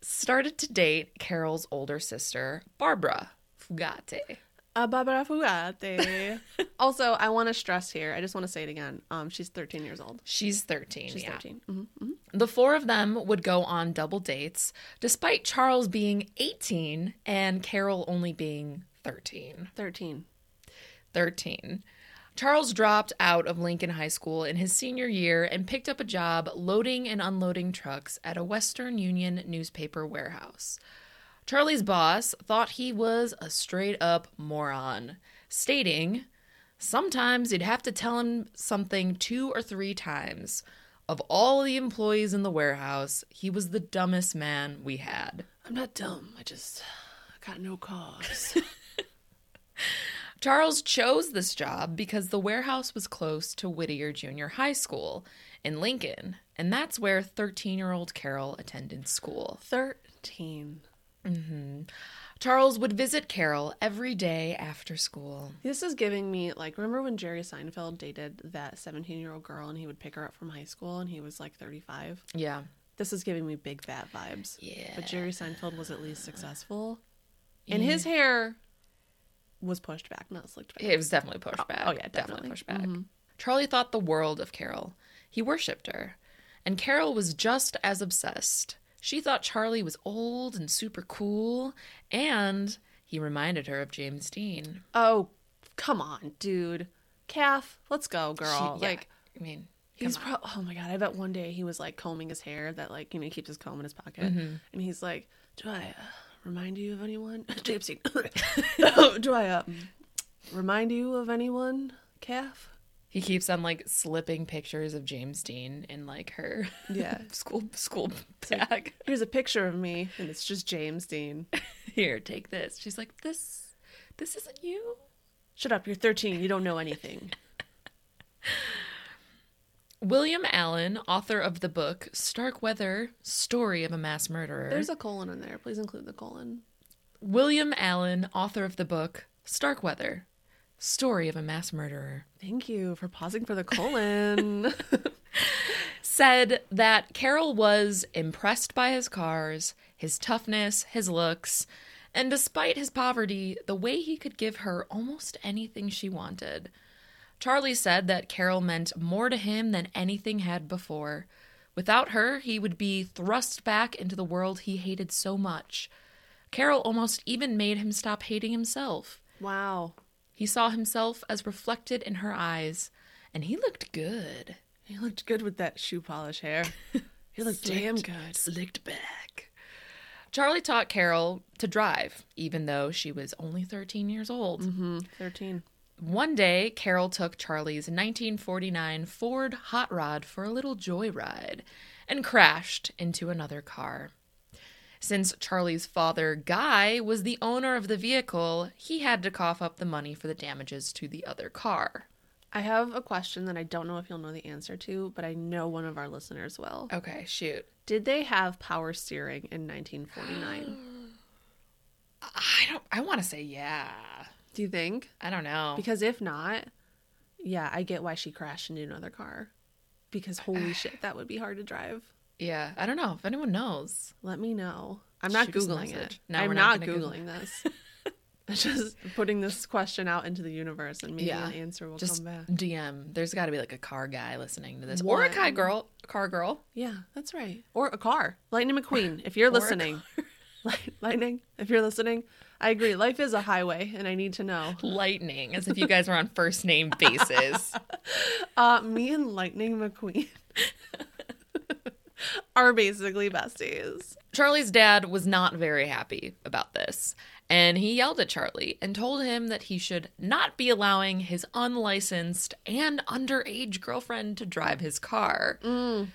Speaker 1: started to date Carol's older sister, Barbara Fugate.
Speaker 3: A Barbara Fugate. *laughs* also, I want to stress here. I just want to say it again. Um, she's 13 years old.
Speaker 1: She's 13.
Speaker 3: She's
Speaker 1: yeah.
Speaker 3: 13. Mhm.
Speaker 1: The four of them would go on double dates, despite Charles being 18 and Carol only being 13.
Speaker 3: 13.
Speaker 1: 13. Charles dropped out of Lincoln High School in his senior year and picked up a job loading and unloading trucks at a Western Union newspaper warehouse. Charlie's boss thought he was a straight up moron, stating, Sometimes you'd have to tell him something two or three times. Of all the employees in the warehouse, he was the dumbest man we had.
Speaker 3: I'm not dumb. I just got no cause. *laughs*
Speaker 1: Charles chose this job because the warehouse was close to Whittier Junior High School in Lincoln, and that's where 13 year old Carol attended school.
Speaker 3: 13.
Speaker 1: Charles would visit Carol every day after school.
Speaker 3: This is giving me, like, remember when Jerry Seinfeld dated that 17 year old girl and he would pick her up from high school and he was like 35?
Speaker 1: Yeah.
Speaker 3: This is giving me big fat vibes.
Speaker 1: Yeah.
Speaker 3: But Jerry Seinfeld was at least successful. And his hair was pushed back, not slicked back.
Speaker 1: It was definitely pushback.
Speaker 3: oh, yeah, definitely.
Speaker 1: pushback. Charlie thought the world of Carol. He worshipped her. And Carol was just as obsessed. She thought Charlie was old and super cool, and he reminded her of James Dean.
Speaker 3: Oh, come on, dude. Calf, let's go, girl.
Speaker 1: She- yeah,
Speaker 3: Like,
Speaker 1: I mean,
Speaker 3: He's pro- oh my god! I bet one day he was like combing his hair that like you know he keeps his comb in his pocket,
Speaker 1: Mm-hmm.
Speaker 3: and he's like, "Do I uh, remind you of anyone,
Speaker 1: *laughs*
Speaker 3: *laughs* Gypsy? Do I uh, remind you of anyone, calf?"
Speaker 1: he keeps on like slipping pictures of James Dean in like her *laughs*
Speaker 3: Yeah.
Speaker 1: school school bag.
Speaker 3: Here's a picture of me, and it's just James Dean.
Speaker 1: Here, take this. She's like, this, this isn't you.
Speaker 3: Shut up! You're 13. You don't know anything.
Speaker 1: William Allen, author of the book Stark Weather: Story of a Mass Murderer.
Speaker 3: *laughs* There's a colon in there. Please include the colon.
Speaker 1: William Allen, author of the book Starkweather Story of a Mass Murderer,
Speaker 3: Thank you for pausing for the *laughs* colon.
Speaker 1: said that Carol was impressed by his cars, his toughness, his looks, and despite his poverty, the way he could give her almost anything she wanted. Charlie said that Carol meant more to him than anything had before. Without her, he would be thrust back into the world he hated so much. Carol almost even made him stop hating himself.
Speaker 3: wow.
Speaker 1: He saw himself as reflected in her eyes, and he looked good.
Speaker 3: He looked good with that shoe polish hair. He looked damn good.
Speaker 1: Slicked back. Charlie taught Carol to drive, even though she was only 13 years old.
Speaker 3: 13.
Speaker 1: One day, Carol took Charlie's 1949 Ford Hot Rod for a little joyride and crashed into another car. Since Charlie's father, Guy, was the owner of the vehicle, he had to cough up the money for the damages to the other car.
Speaker 3: I have a question that I don't know if you'll know the answer to, but I know one of our listeners will.
Speaker 1: Okay, shoot.
Speaker 3: Did they have power steering in *gasps* 1949?
Speaker 1: I don't. I want to say yeah.
Speaker 3: Do you think?
Speaker 1: I don't know.
Speaker 3: Because if not, yeah, I get why she crashed into another car. Because *sighs* holy shit, that would be hard to drive.
Speaker 1: yeah, I don't know if anyone knows.
Speaker 3: Let me know. I'm not
Speaker 1: Shoot us a
Speaker 3: googling it.
Speaker 1: message. No,
Speaker 3: I'm
Speaker 1: we're not
Speaker 3: not,
Speaker 1: gonna Google
Speaker 3: googling this. *laughs* I'm just putting this question out into the universe, and maybe
Speaker 1: Yeah.
Speaker 3: an answer will
Speaker 1: Just
Speaker 3: come back.
Speaker 1: DM. There's got to be like a car guy listening to this, or a
Speaker 3: One.
Speaker 1: car girl. Car girl.
Speaker 3: Yeah, that's right. Or a car. Lightning
Speaker 1: *laughs*
Speaker 3: McQueen, if you're
Speaker 1: a
Speaker 3: listening. *laughs* Light- Lightning, if you're listening, I agree. Life is a highway, and I need to know.
Speaker 1: Lightning, as if you guys were on first name
Speaker 3: *laughs*
Speaker 1: basis.
Speaker 3: Uh, me and Lightning McQueen *laughs* are basically besties.
Speaker 1: Charlie's dad was not very happy about this, and he yelled at Charlie and told him that he should not be allowing his unlicensed and underage girlfriend to drive his car.
Speaker 3: Yeah. Mm.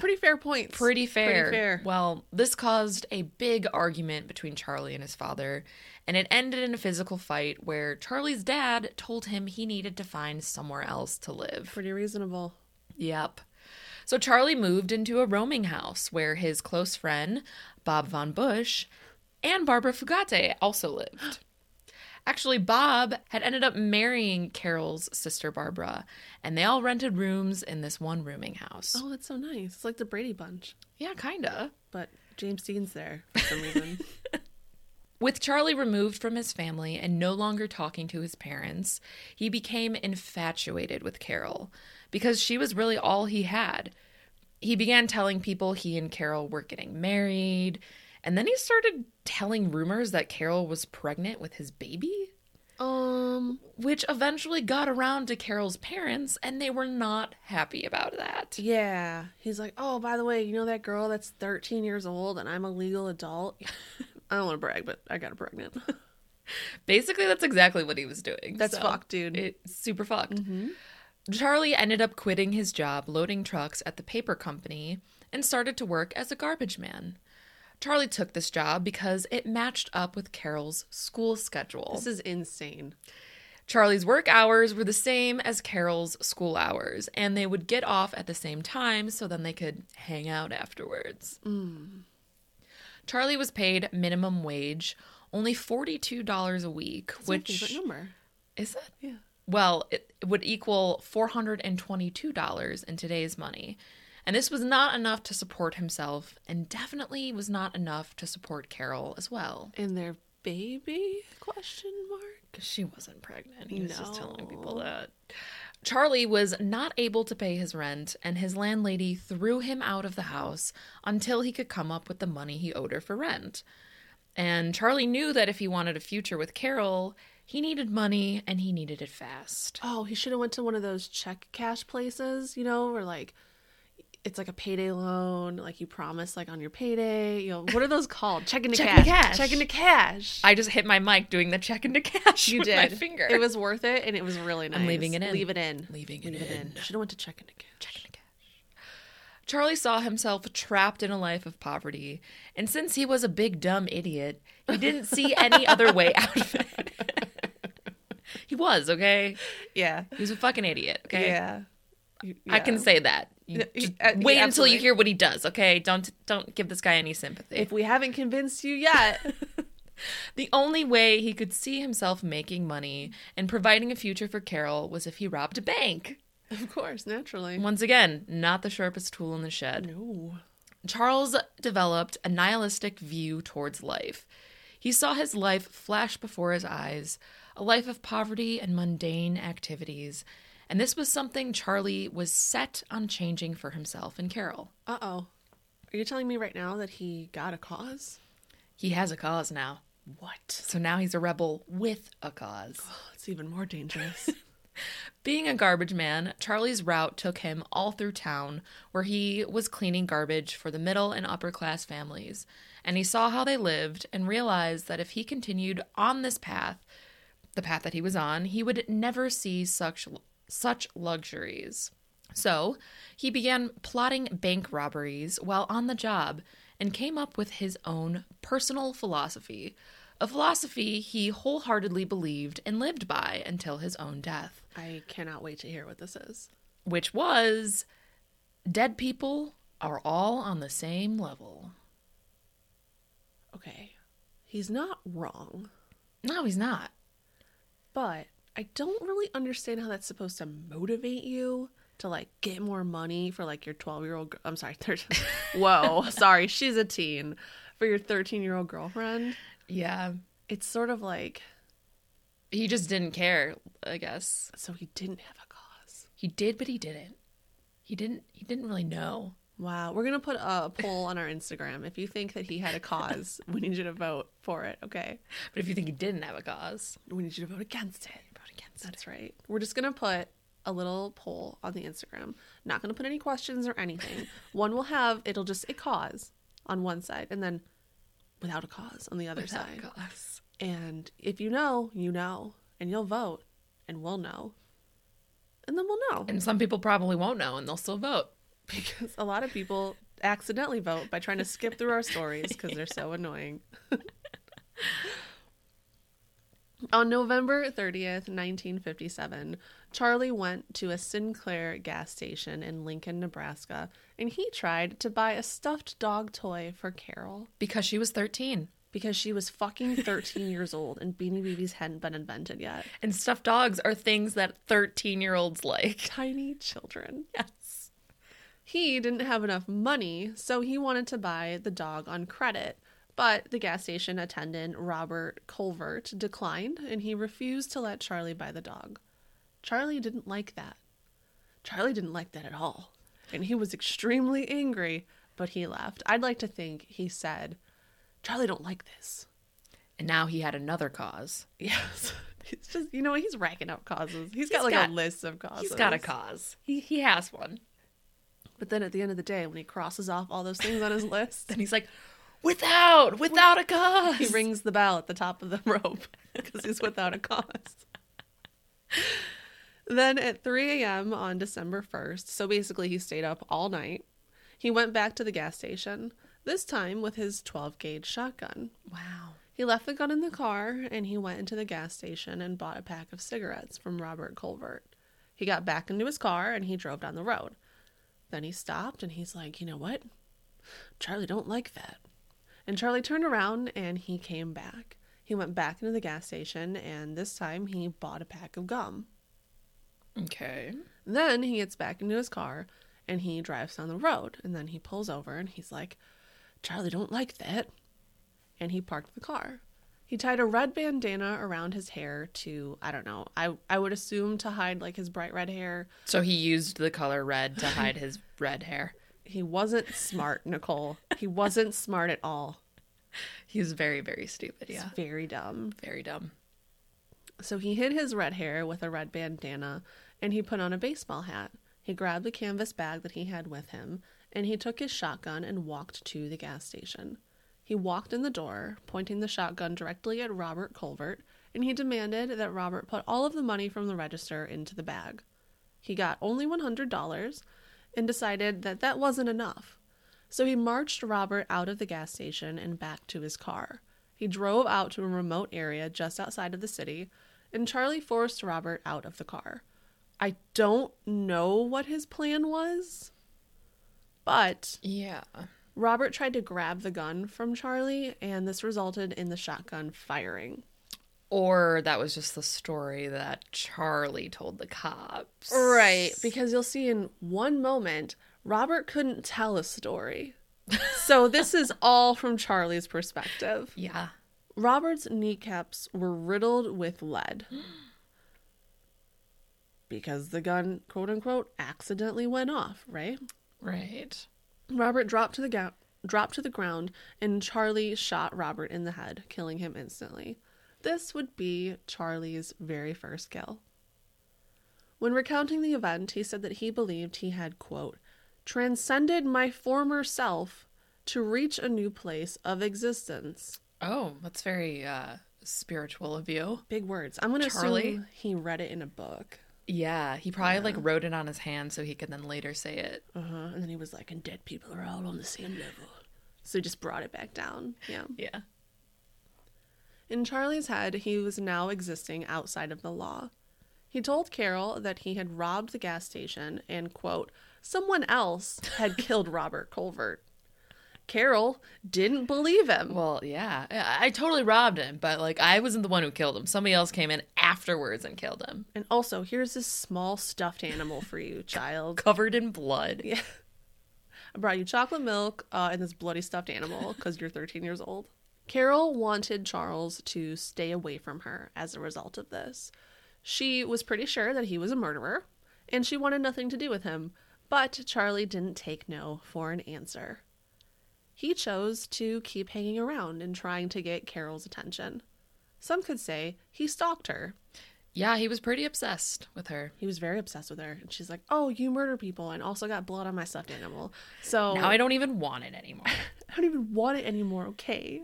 Speaker 3: Pretty fair points.
Speaker 1: Pretty fair.
Speaker 3: fair.
Speaker 1: Well, this caused a big argument between Charlie and his father, and it ended in a physical fight where Charlie's dad told him he needed to find somewhere else to live.
Speaker 3: Pretty reasonable.
Speaker 1: Yep. So Charlie moved into a roaming house where his close friend, Bob Von Bush, and Barbara Fugate also lived. *gasps* Actually, Bob had ended up marrying Carol's sister Barbara, and they all rented rooms in this one rooming house.
Speaker 3: Oh, that's so nice. It's like the Brady Bunch,
Speaker 1: Yeah, kinda.
Speaker 3: but James Dean's there for some *laughs* reason.
Speaker 1: With Charlie removed from his family and no longer talking to his parents, he became infatuated with Carol because she was really all he had. He began telling people he and Carol were getting married, and then he started telling rumors that Carol was pregnant with his baby.
Speaker 3: Um.
Speaker 1: which eventually got around to Carol's parents, and they were not happy about that.
Speaker 3: Yeah. He's like, oh, by the way, you know that girl that's 13 years old and I'm a legal adult? *laughs* I don't want to brag, but I got her pregnant. *laughs*
Speaker 1: Basically, that's exactly what he was doing.
Speaker 3: That's
Speaker 1: so
Speaker 3: fucked, dude. Mm-hmm.
Speaker 1: It's super fucked. Charlie ended up quitting his job loading trucks at the paper company and started to work as a garbage man. Charlie took this job because it matched up with Carol's school schedule.
Speaker 3: This is insane.
Speaker 1: Charlie's work hours were the same as Carol's school hours, and they would get off at the same time so then they could hang out afterwards.
Speaker 3: Mm.
Speaker 1: Charlie was paid minimum wage, only $42 a week,
Speaker 3: It's my
Speaker 1: which
Speaker 3: favorite number.
Speaker 1: is it?
Speaker 3: Yeah.
Speaker 1: Well, it it would equal $422 in today's money. And this was not enough to support himself, and definitely was not enough to support Carol as well.
Speaker 3: And their baby? Question mark.
Speaker 1: She wasn't pregnant. He was just telling people
Speaker 3: No.
Speaker 1: that. Charlie was not able to pay his rent, and his landlady threw him out of the house until he could come up with the money he owed her for rent. And Charlie knew that if he wanted a future with Carol, he needed money and he needed it fast.
Speaker 3: Oh, he should have went to one of those check cash places, you know, where like it's like a payday loan, like you promise like on your payday. You know, what are those called? Check into
Speaker 1: Check
Speaker 3: cash.
Speaker 1: into cash.
Speaker 3: Check into cash.
Speaker 1: I just hit my mic doing the check into *laughs*
Speaker 3: *laughs*
Speaker 1: cash
Speaker 3: you
Speaker 1: with
Speaker 3: did.
Speaker 1: my finger.
Speaker 3: It was worth it, and it was really nice.
Speaker 1: leaving it in.
Speaker 3: Leave it in.
Speaker 1: Leaving it
Speaker 3: Leave it in.
Speaker 1: in.
Speaker 3: Should have went to check into cash.
Speaker 1: Check into cash. Charlie saw himself trapped in a life of poverty, and since he was a big dumb idiot, he didn't see *laughs* any other way out of it. *laughs* he was, okay?
Speaker 3: Yeah.
Speaker 1: He was a fucking idiot, *laughs* okay?
Speaker 3: Yeah.
Speaker 1: I can say that. You
Speaker 3: Yeah, he-
Speaker 1: just
Speaker 3: uh,
Speaker 1: wait
Speaker 3: he
Speaker 1: until you
Speaker 3: absolutely-
Speaker 1: hear what he does, okay? Don't don't give this guy any sympathy.
Speaker 3: If we haven't convinced you yet,
Speaker 1: The only way he could see himself making money and providing a future for Carol was if he robbed a bank.
Speaker 3: *laughs* of
Speaker 1: *laughs*
Speaker 3: course, naturally.
Speaker 1: Once again, not the sharpest tool in the shed.
Speaker 3: No.
Speaker 1: Charles developed a nihilistic view towards life. He saw his life flash before his eyes, a life of poverty and mundane activities, and this was something Charlie was set on changing for himself and Carol.
Speaker 3: Uh oh. Are you telling me right now that he got a cause?
Speaker 1: He has a cause now,
Speaker 3: What?
Speaker 1: so now he's a rebel with a cause.
Speaker 3: Oh, it's even more
Speaker 1: *laughs*
Speaker 3: dangerous.
Speaker 1: Being a garbage man, Charlie's route took him all through town where he was cleaning garbage for the middle and upper class families. And he saw how they lived and realized that if he continued on this path, the path that he was on, he would never see such such luxuries. So, he began plotting bank robberies while on the job and came up with his own personal philosophy, a philosophy he wholeheartedly believed and lived by until his own death
Speaker 3: I cannot wait to hear what this is.
Speaker 1: which was dead people are all on the same level.
Speaker 3: Okay. He's not wrong,
Speaker 1: No, he's not.
Speaker 3: but I don't really understand how that's supposed to motivate you to like get more money for like your 12 year old. I'm sorry, *laughs* 13. *laughs* Whoa, sorry, she's a teen. For your 13 year old girlfriend.
Speaker 1: Yeah.
Speaker 3: It's sort of like,
Speaker 1: He just didn't care, I guess.
Speaker 3: so he didn't have a cause.
Speaker 1: He did, but he didn't. He didn't he didn't really know.
Speaker 3: Wow. We're going to put a poll on our Instagram. If you think that he had a cause, we need you to vote for it, okay?
Speaker 1: But if you think he didn't have a *laughs* cause,
Speaker 3: We need you to vote against it.
Speaker 1: vote against
Speaker 3: That's right. We're just gonna put a little poll on the Instagram. Not gonna put any questions
Speaker 1: *laughs*
Speaker 3: or anything. one will have it'll just a cause on one side, and then without a cause on the other
Speaker 1: Without
Speaker 3: side.
Speaker 1: cause.
Speaker 3: And if you know, you know, and you'll vote, and we'll know, and then we'll know
Speaker 1: And some people probably won't know and they'll still vote.
Speaker 3: because a lot of people accidentally vote by trying to skip through our stories because they're so annoying. *laughs* On November 30th, 1957, Charlie went to a Sinclair gas station in Lincoln, Nebraska, and he tried to buy a stuffed dog toy for Carol
Speaker 1: Because she was thirteen.
Speaker 3: because she was fucking 13 years old and beanie babies hadn't been invented yet.
Speaker 1: And stuffed dogs are things that thirteen year olds like. *laughs*
Speaker 3: Tiny children.
Speaker 1: Yes.
Speaker 3: He didn't have enough money, so he wanted to buy the dog on credit. But the gas station attendant, Robert Colvert, declined and he refused to let Charlie buy the dog. Charlie didn't like that. Charlie didn't like that at all. And he was extremely angry, but he left. I'd like to think he said, Charlie don't like this. *laughs*
Speaker 1: And now he had another cause.
Speaker 3: Yes. He's just, you know, what? he's racking up causes.
Speaker 1: He's
Speaker 3: he's got like
Speaker 1: got-
Speaker 3: a list of causes.
Speaker 1: He's got a cause. He he has one.
Speaker 3: But then at the end of the day, when he crosses off all those things on his *laughs* list,
Speaker 1: Then he's like, without, without a cause.
Speaker 3: he rings the bell at the top of the *laughs* rope because he's without a cause. then at 3 a.m. on December 1st, so basically he stayed up all night, he went back to the gas station, this time with his 12 gauge shotgun.
Speaker 1: Wow.
Speaker 3: He left the gun in the car and he went into the gas station and bought a pack of cigarettes from Robert Colvert. He got back into his car and he drove down the road. Then he stopped and he's like, "You know what? Charlie don't like that." And Charlie turned around and he came back. He went back into the gas station and this time he bought a pack of gum.
Speaker 1: Okay.
Speaker 3: Then he gets back into his car and he drives down the road and then he pulls over and he's like, Charlie don't like that. And he parked the car. He tied a red bandana around his hair to I don't know. I I would assume to hide like his bright red hair.
Speaker 1: So he used the color red *laughs* to hide his red hair.
Speaker 3: He wasn't smart, *laughs* Nicole. He wasn't smart at all.
Speaker 1: He's very, very stupid.
Speaker 3: He's
Speaker 1: Yeah.
Speaker 3: very dumb.
Speaker 1: Very dumb.
Speaker 3: So he hid his red hair with a red bandana and he put on a baseball hat. He grabbed the canvas bag that he had with him and he took his shotgun and walked to the gas station. He walked in the door, pointing the shotgun directly at Robert Colvert, and he demanded that Robert put all of the money from the register into the bag. He got only $100 and decided that that wasn't enough. So he marched Robert out of the gas station and back to his car. He drove out to a remote area just outside of the city, and Charlie forced Robert out of the car. I don't know what his plan was, but
Speaker 1: Yeah.
Speaker 3: Robert tried to grab the gun from Charlie, and this resulted in the shotgun firing.
Speaker 1: Or that was just the story that Charlie told the cops.
Speaker 3: Right, because you'll see in one moment, Robert couldn't tell a story. so this is all from Charlie's perspective.
Speaker 1: Yeah.
Speaker 3: Robert's kneecaps were riddled with lead because the gun, quote unquote, accidentally went off, right?
Speaker 1: Right.
Speaker 3: Robert dropped to the ga- dropped to the ground and Charlie shot Robert in the head, killing him instantly. This would be Charlie's very first kill. When recounting the event, he said that he believed he had, quote, transcended my former self to reach a new place of existence.
Speaker 1: Oh, that's very uh spiritual of you.
Speaker 3: Big words. I'm gonna
Speaker 1: Charlie?
Speaker 3: assume he read it in a book.
Speaker 1: Yeah. He probably like wrote it on his hand so he could then later say it.
Speaker 3: Uh-huh. And then he was like, and dead people are all on the same level. So he just brought it back down. Yeah.
Speaker 1: Yeah.
Speaker 3: In Charlie's head, he was now existing outside of the law. He told Carol that he had robbed the gas station and, quote, someone else had killed Robert Colvert. Carol didn't believe him.
Speaker 1: Well, yeah. I- I totally robbed him, but like I wasn't the one who killed him. Somebody else came in afterwards and killed him,
Speaker 3: and also, here's this small stuffed animal for you, child.
Speaker 1: covered in blood.
Speaker 3: Yeah. I brought you chocolate milk uh, and this bloody stuffed animal because you're 13 years old. Carol wanted Charles to stay away from her as a result of this. She was pretty sure that he was a murderer and she wanted nothing to do with him, but Charlie didn't take no for an answer. He chose to keep hanging around and trying to get Carol's attention. Some could say he stalked her.
Speaker 1: Yeah, he was pretty obsessed with her.
Speaker 3: He was very obsessed with her. And she's like, Oh, you murder people and also got blood on my stuffed animal. So
Speaker 1: Now I don't even want it *laughs* anymore.
Speaker 3: I don't even want it anymore, okay?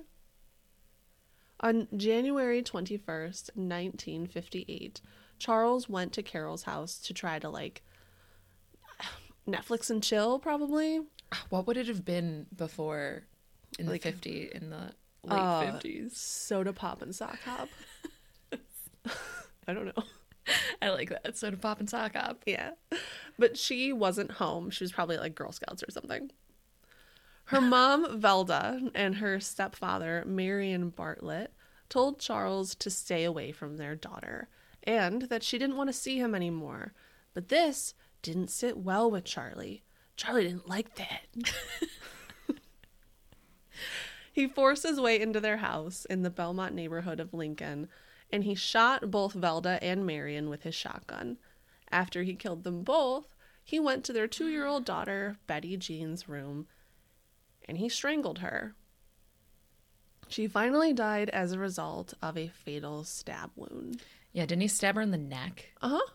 Speaker 3: On January 21st, 1958, Charles went to Carol's house to try to, like, Netflix and chill, probably.
Speaker 1: what would it have been before in
Speaker 3: Like-
Speaker 1: the 50 in the late
Speaker 3: Uh,
Speaker 1: 50s?
Speaker 3: Soda pop *laughs* and sock hop. I don't know.
Speaker 1: I like that. Soda pop and sock hop.
Speaker 3: Yeah. But she wasn't home. She was probably at, like Girl Scouts or something. Her mom, Velda, and her stepfather, Marion Bartlett, told Charles to stay away from their daughter and that she didn't want to see him anymore. But this didn't sit well with Charlie. Charlie didn't like that. he forced his way into their house in the Belmont neighborhood of Lincoln and he shot both Velda and Marion with his shotgun. After he killed them both, he went to their two year old daughter, Betty Jean's room, and he strangled her. She finally died as a result of a fatal stab wound.
Speaker 1: Yeah, didn't he stab her in the neck?
Speaker 3: Uh huh.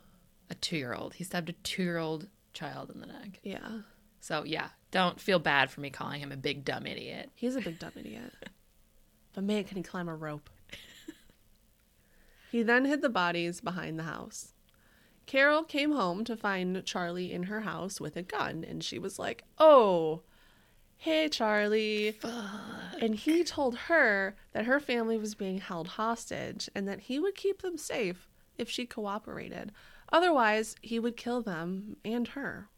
Speaker 1: A two year old. He stabbed a two year old child in the neck.
Speaker 3: Yeah.
Speaker 1: So, yeah, don't feel bad for me calling him a big dumb idiot.
Speaker 3: He's a big dumb idiot. But man, can he climb *laughs* a rope? *laughs* he then hid the bodies behind the house. Carol came home to find Charlie in her house with a gun, and she was like, Oh, hey, Charlie. And he told her that her family was being held hostage and that he would keep them safe if she cooperated. Otherwise, he would kill them and her.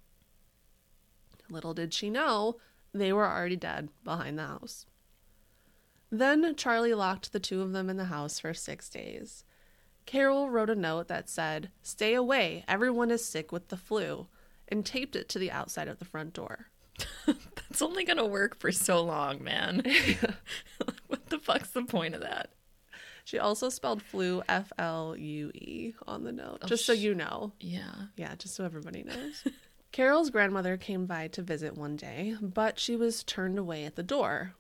Speaker 3: Little did she know, they were already dead behind the house. Then Charlie locked the two of them in the house for six days. Carol wrote a note that said, Stay away, everyone is sick with the flu, and taped it to the outside of the front door.
Speaker 1: That's only going to work for so long, man. *laughs* what the fuck's the point of that?
Speaker 3: She also spelled flu F L U E on the note, just so
Speaker 1: sh-
Speaker 3: you know.
Speaker 1: Yeah.
Speaker 3: Yeah, just so everybody knows. *laughs* Carol's grandmother came by to visit one day, but she was turned away at the door.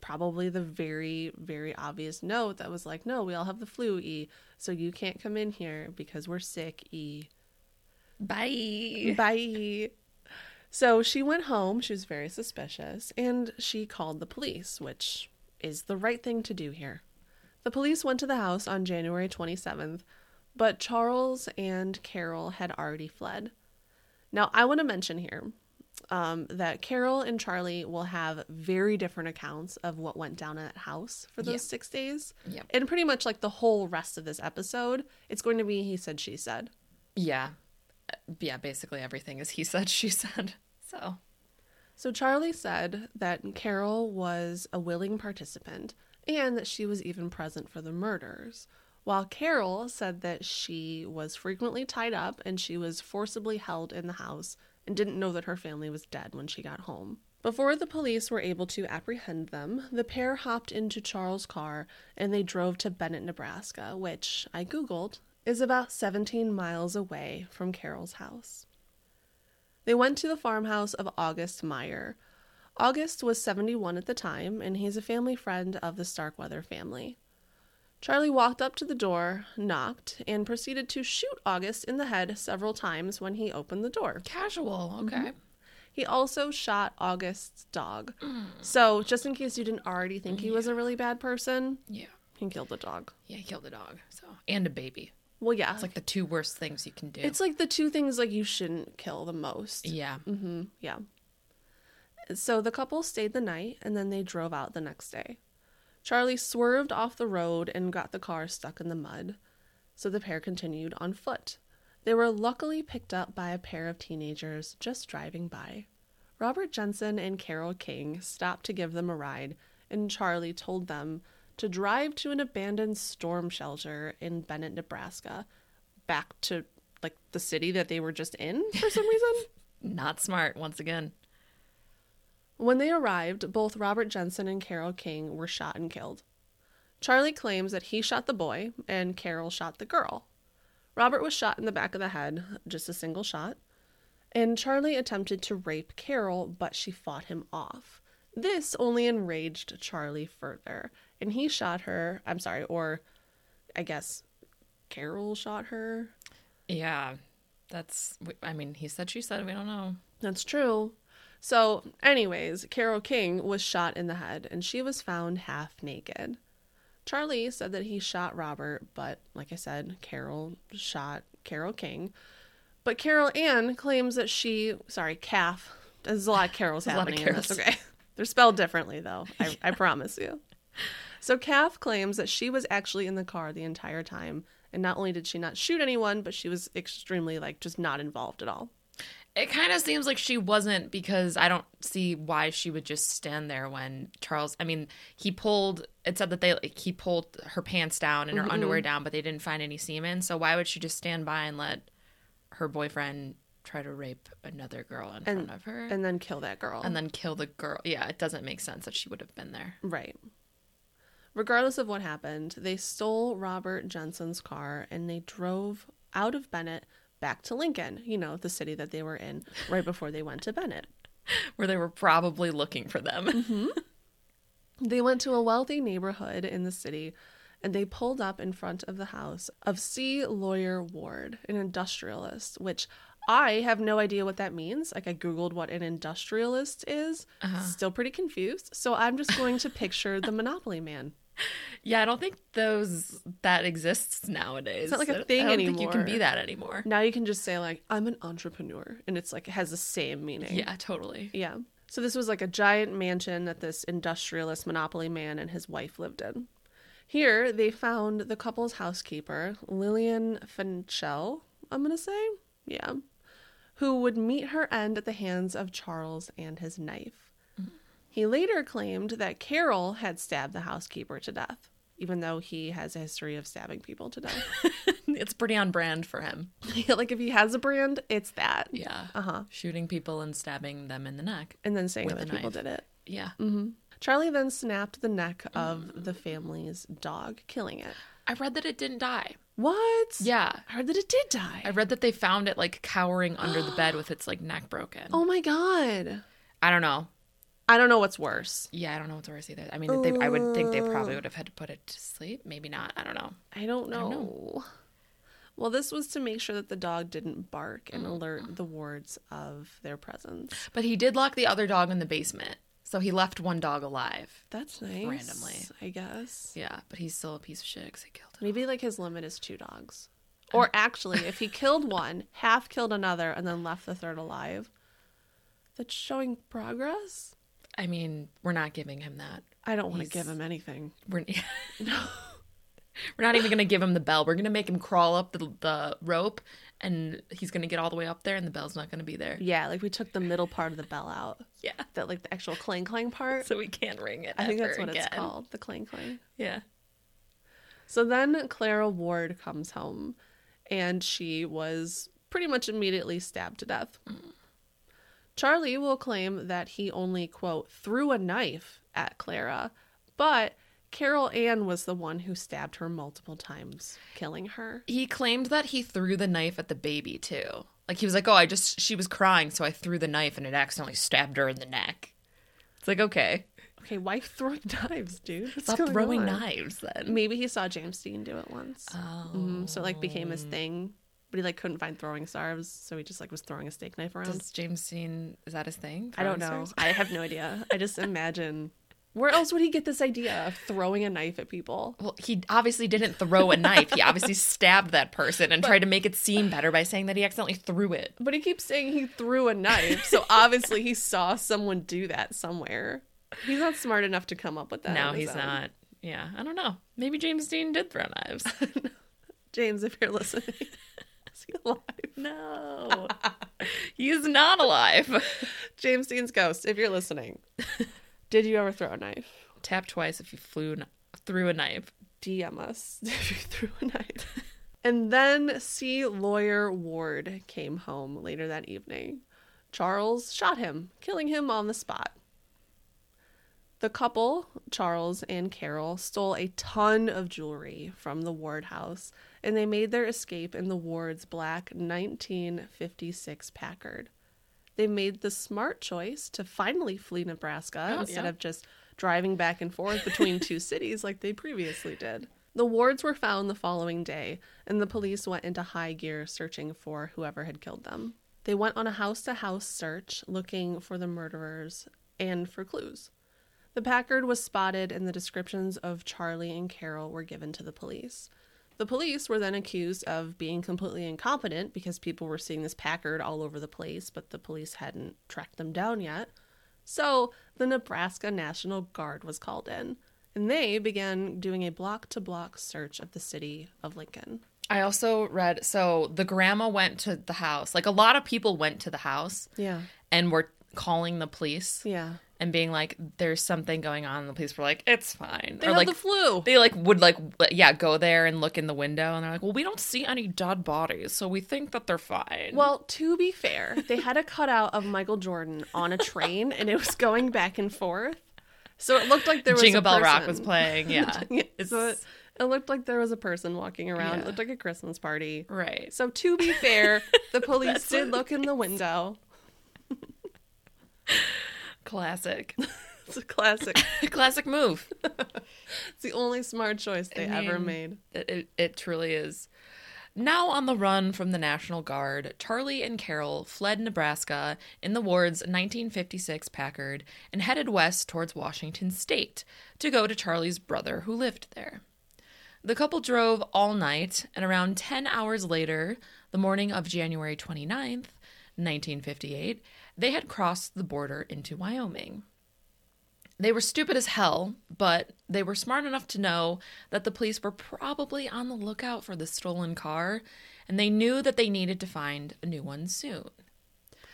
Speaker 3: Probably the very, very obvious note that was like, no, we all have the flu, E, so you can't come in here because we're sick, E.
Speaker 1: Bye.
Speaker 3: Bye. So she went home. She was very suspicious and she called the police, which is the right thing to do here. The police went to the house on January 27th, but Charles and Carol had already fled. Now, I want to mention here um, that Carol and Charlie will have very different accounts of what went down at that house for those
Speaker 1: Yeah.
Speaker 3: six days.
Speaker 1: Yeah.
Speaker 3: And pretty much like the whole rest of this episode, it's going to be he said, she said.
Speaker 1: Yeah. Uh, Yeah, basically everything is he said, *laughs* she said. So,
Speaker 3: So Charlie said that Carol was a willing participant and that she was even present for the murders, while Carol said that she was frequently tied up and she was forcibly held in the house and didn't know that her family was dead when she got home. Before the police were able to apprehend them, the pair hopped into Charles' car and they drove to Bennett, Nebraska, which I Googled is about 17 miles away from Carol's house. They went to the farmhouse of August Meyer. August was 71 at the time, and he's a family friend of the Starkweather family. Charlie walked up to the door, knocked, and proceeded to shoot August in the head several times when he opened the door.
Speaker 1: casual, okay.
Speaker 3: He also shot August's dog. So, just in case you didn't already think he was a really bad person,
Speaker 1: Yeah.
Speaker 3: he killed the dog.
Speaker 1: Yeah, he killed a dog. So, and a baby.
Speaker 3: Well, yeah.
Speaker 1: It's like the two worst things you can do.
Speaker 3: it's like the two things like you shouldn't kill the most.
Speaker 1: yeah.
Speaker 3: hmm Yeah. So the couple stayed the night and then they drove out the next day. Charlie swerved off the road and got the car stuck in the mud. So the pair continued on foot. They were luckily picked up by a pair of teenagers just driving by. Robert Jensen and Carol King stopped to give them a ride, and Charlie told them to drive to an abandoned storm shelter in Bennett, Nebraska, back to like the city that they were just in for some reason.
Speaker 1: Not smart, once again.
Speaker 3: When they arrived, both Robert Jensen and Carol King were shot and killed. Charlie claims that he shot the boy and Carol shot the girl. Robert was shot in the back of the head, just a single shot, and Charlie attempted to rape Carol, but she fought him off. This only enraged Charlie further, and he shot her. I'm sorry, or I guess Carol shot her.
Speaker 1: Yeah. That's, we- I mean, he said, she said, we don't know.
Speaker 3: That's true. So, anyways, Carol King was shot in the head and she was found half naked. Charlie said that he shot Robert, but like I said, Carol shot Carol King. But Carol Ann claims that she, sorry, calf. There's a lot of Carols
Speaker 1: There's a lot of
Speaker 3: happening in this.
Speaker 1: Carols.
Speaker 3: Okay. They're spelled differently, though. I, I promise you. So, Calf claims that she was actually in the car the entire time. And not only did she not shoot anyone, but she was extremely, like, just not involved at all.
Speaker 1: It kind of seems like she wasn't because I don't see why she would just stand there when Charles. I mean, he pulled. It said that they like, he pulled her pants down
Speaker 3: Mm-hmm.
Speaker 1: and her underwear down, but they didn't find any semen. So why would she just stand by and let her boyfriend try to rape another girl in front of her and,
Speaker 3: And then kill that girl.
Speaker 1: then kill the girl? Yeah, it doesn't make sense that she would have been there.
Speaker 3: Right. Regardless of what happened, they stole Robert Jensen's car and they drove out of Bennett back to Lincoln, you know, the city that they were in right before they went to Bennett.
Speaker 1: Where they were
Speaker 3: Mm-hmm.
Speaker 1: probably looking for them.
Speaker 3: They went to a wealthy neighborhood in the city and they pulled up in front of the house of C. Lawyer Ward, an industrialist, which I have no idea what that means. Like, I Googled what an industrialist is,
Speaker 1: Uh-huh.
Speaker 3: still pretty confused. So, I'm just going to picture the Monopoly man.
Speaker 1: *laughs* Yeah, I don't think those that exists nowadays.
Speaker 3: It's not like a
Speaker 1: I don't-
Speaker 3: thing
Speaker 1: I don't think you can be
Speaker 3: anymore.
Speaker 1: that anymore.
Speaker 3: Now you can just say, like, I'm an entrepreneur, and it's like, it has the same meaning.
Speaker 1: Yeah, totally. *laughs*
Speaker 3: Yeah. So this was like a giant mansion that this industrialist monopoly man and his wife lived in. Here, they found the couple's housekeeper, Lillian Finchel, I'm going to say. Yeah. Who would meet her end at the hands of Charles and his knife. He later claimed that Carol had stabbed the housekeeper to death, even though he has a history of stabbing people to death. *laughs*
Speaker 1: it's pretty on brand for him.
Speaker 3: like, if he has a brand, it's that.
Speaker 1: Yeah.
Speaker 3: Uh huh.
Speaker 1: Shooting people and stabbing them in the neck. Mm.
Speaker 3: And then saying
Speaker 1: With a
Speaker 3: other people
Speaker 1: knife.
Speaker 3: did it.
Speaker 1: Yeah.
Speaker 3: Charlie then snapped the neck of the family's dog, killing it.
Speaker 1: I read that it didn't die.
Speaker 3: What?
Speaker 1: Yeah.
Speaker 3: I heard that it did die.
Speaker 1: I read that they found it like cowering under the bed with its like neck broken.
Speaker 3: oh my god.
Speaker 1: I don't know.
Speaker 3: I don't know what's worse.
Speaker 1: Yeah, I don't know what's worse either. I mean, they, I would think they probably would have had to put it to sleep. Maybe not. I don't know.
Speaker 3: I don't know. Well, this was to make sure that the dog didn't bark
Speaker 1: Mm.
Speaker 3: and alert the wards of their presence.
Speaker 1: But he did lock the other dog in the basement, so he left one dog alive.
Speaker 3: That's nice.
Speaker 1: Randomly.
Speaker 3: I guess.
Speaker 1: Yeah, but he's still a piece of shit because he killed him.
Speaker 3: Maybe like his limit is two dogs.
Speaker 1: *laughs*
Speaker 3: Or actually, if he killed one, half killed another, and then left the third alive, that's showing progress.
Speaker 1: I mean, we're not giving him that.
Speaker 3: I don't want to
Speaker 1: He's-
Speaker 3: give him anything.
Speaker 1: We're *laughs* we're not even gonna give him the bell. We're gonna make him crawl up the the rope, and he's gonna get all the way up there, and the bell's not gonna be
Speaker 3: *laughs*
Speaker 1: there.
Speaker 3: Yeah, like we took the middle part of the bell out.
Speaker 1: Yeah,
Speaker 3: That like the actual clang clang part.
Speaker 1: so we can't ring it.
Speaker 3: I think that's
Speaker 1: ever
Speaker 3: what it's
Speaker 1: again.
Speaker 3: called, the clang clang.
Speaker 1: Yeah.
Speaker 3: So then Clara Ward comes home and she was pretty much immediately stabbed to death. Charlie will claim that he only, quote, threw a knife at Clara, but Carol Ann was the one who stabbed her multiple times, killing her.
Speaker 1: He claimed that he threw the knife at the baby too. Like he was like, "Oh, I just she was crying, so I threw the knife and it accidentally stabbed her in the neck." It's like, "Okay,
Speaker 3: Okay, why *laughs* throwing knives, dude? What's
Speaker 1: stop
Speaker 3: going
Speaker 1: throwing
Speaker 3: on?
Speaker 1: knives then."
Speaker 3: Maybe he saw James Dean do it once.
Speaker 1: Oh.
Speaker 3: Mhm, So it like became his thing, but he like couldn't find throwing stars, so he just like was throwing a steak knife around.
Speaker 1: Does James Dean is that his thing?
Speaker 3: I don't know.
Speaker 1: Throwing stars?
Speaker 3: I have no idea.
Speaker 1: *laughs*
Speaker 3: I just imagine where else would he get this idea of throwing a knife at people?
Speaker 1: Well, he obviously didn't throw a knife. He
Speaker 3: *laughs*
Speaker 1: obviously stabbed that person and tried to make it seem better by saying that he accidentally threw it.
Speaker 3: But he keeps saying he threw a
Speaker 1: *laughs*
Speaker 3: knife, so obviously he saw someone do that somewhere. He's not smart enough to come up with that. um,
Speaker 1: no,
Speaker 3: on his
Speaker 1: he's
Speaker 3: own.
Speaker 1: not. Yeah, I don't know. Maybe James Dean did throw
Speaker 3: *laughs*
Speaker 1: knives.
Speaker 3: James, if
Speaker 1: *laughs*
Speaker 3: you're listening, is he alive?
Speaker 1: no. he's not alive.
Speaker 3: James Dean's ghost, if
Speaker 1: *laughs*
Speaker 3: you're listening, did you ever throw a knife?
Speaker 1: Tap twice if you flew n- through a knife.
Speaker 3: DM us *laughs* if you threw a knife. And then C. Lawyer Ward came home later that evening. Charles shot him, killing him on the spot. The couple, Charles and Carol, stole a ton of jewelry from the Ward house and they made their escape in the Ward's black 1956 Packard. They made the smart choice to finally flee Nebraska
Speaker 1: Oh,
Speaker 3: instead
Speaker 1: yeah.
Speaker 3: of just driving back and forth between two *laughs* cities like they previously did. The Wards were found the following day, and the police went into high gear searching for whoever had killed them. They went on a house to house search looking for the murderers and for clues. The Packard was spotted, and the descriptions of Charlie and Carol were given to the police. The police were then accused of being completely incompetent because people were seeing this Packard all over the place, but the police hadn't tracked them down yet. So the Nebraska National Guard was called in, and they began doing a block to block search of the city of Lincoln.
Speaker 1: I also read so the grandma went to the house. Like a lot of people went to the house
Speaker 3: Yeah.
Speaker 1: and were calling the police
Speaker 3: Yeah.
Speaker 1: and being like, "There's something going on." And the police were like, "It's fine."
Speaker 3: They
Speaker 1: or
Speaker 3: had
Speaker 1: like
Speaker 3: the flu.
Speaker 1: they like would like w- yeah go there and look in the window and they're like well we don't see any dead bodies so we think that they're fine
Speaker 3: *laughs* Well, to be fair, they had a cutout of Michael Jordan on a train, and it was going back and forth. So it looked like there was
Speaker 1: jingle
Speaker 3: a
Speaker 1: bell rock
Speaker 3: person.
Speaker 1: was
Speaker 3: *laughs*
Speaker 1: playing yeah it's
Speaker 3: so it, it looked like there was a person walking around. It
Speaker 1: Yeah.
Speaker 3: looked like a Christmas party.
Speaker 1: right
Speaker 3: So to be fair,
Speaker 1: *laughs*
Speaker 3: the police did look in the window.
Speaker 1: classic *laughs*
Speaker 3: It's a classic.
Speaker 1: classic move
Speaker 3: It's the only smart choice they
Speaker 1: I
Speaker 3: ever
Speaker 1: mean,
Speaker 3: made.
Speaker 1: It, it, it truly is. Now on the run from the National Guard, Charlie and Carol fled Nebraska in the Ward's 1956 Packard and headed west towards Washington State to go to Charlie's brother who lived there. The couple drove all night, and around 10 hours later, the morning of January 29th, 1958, they had crossed the border into Wyoming. They were stupid as hell, but they were smart enough to know that the police were probably on the lookout for the stolen car, and they knew that they needed to find a new one soon.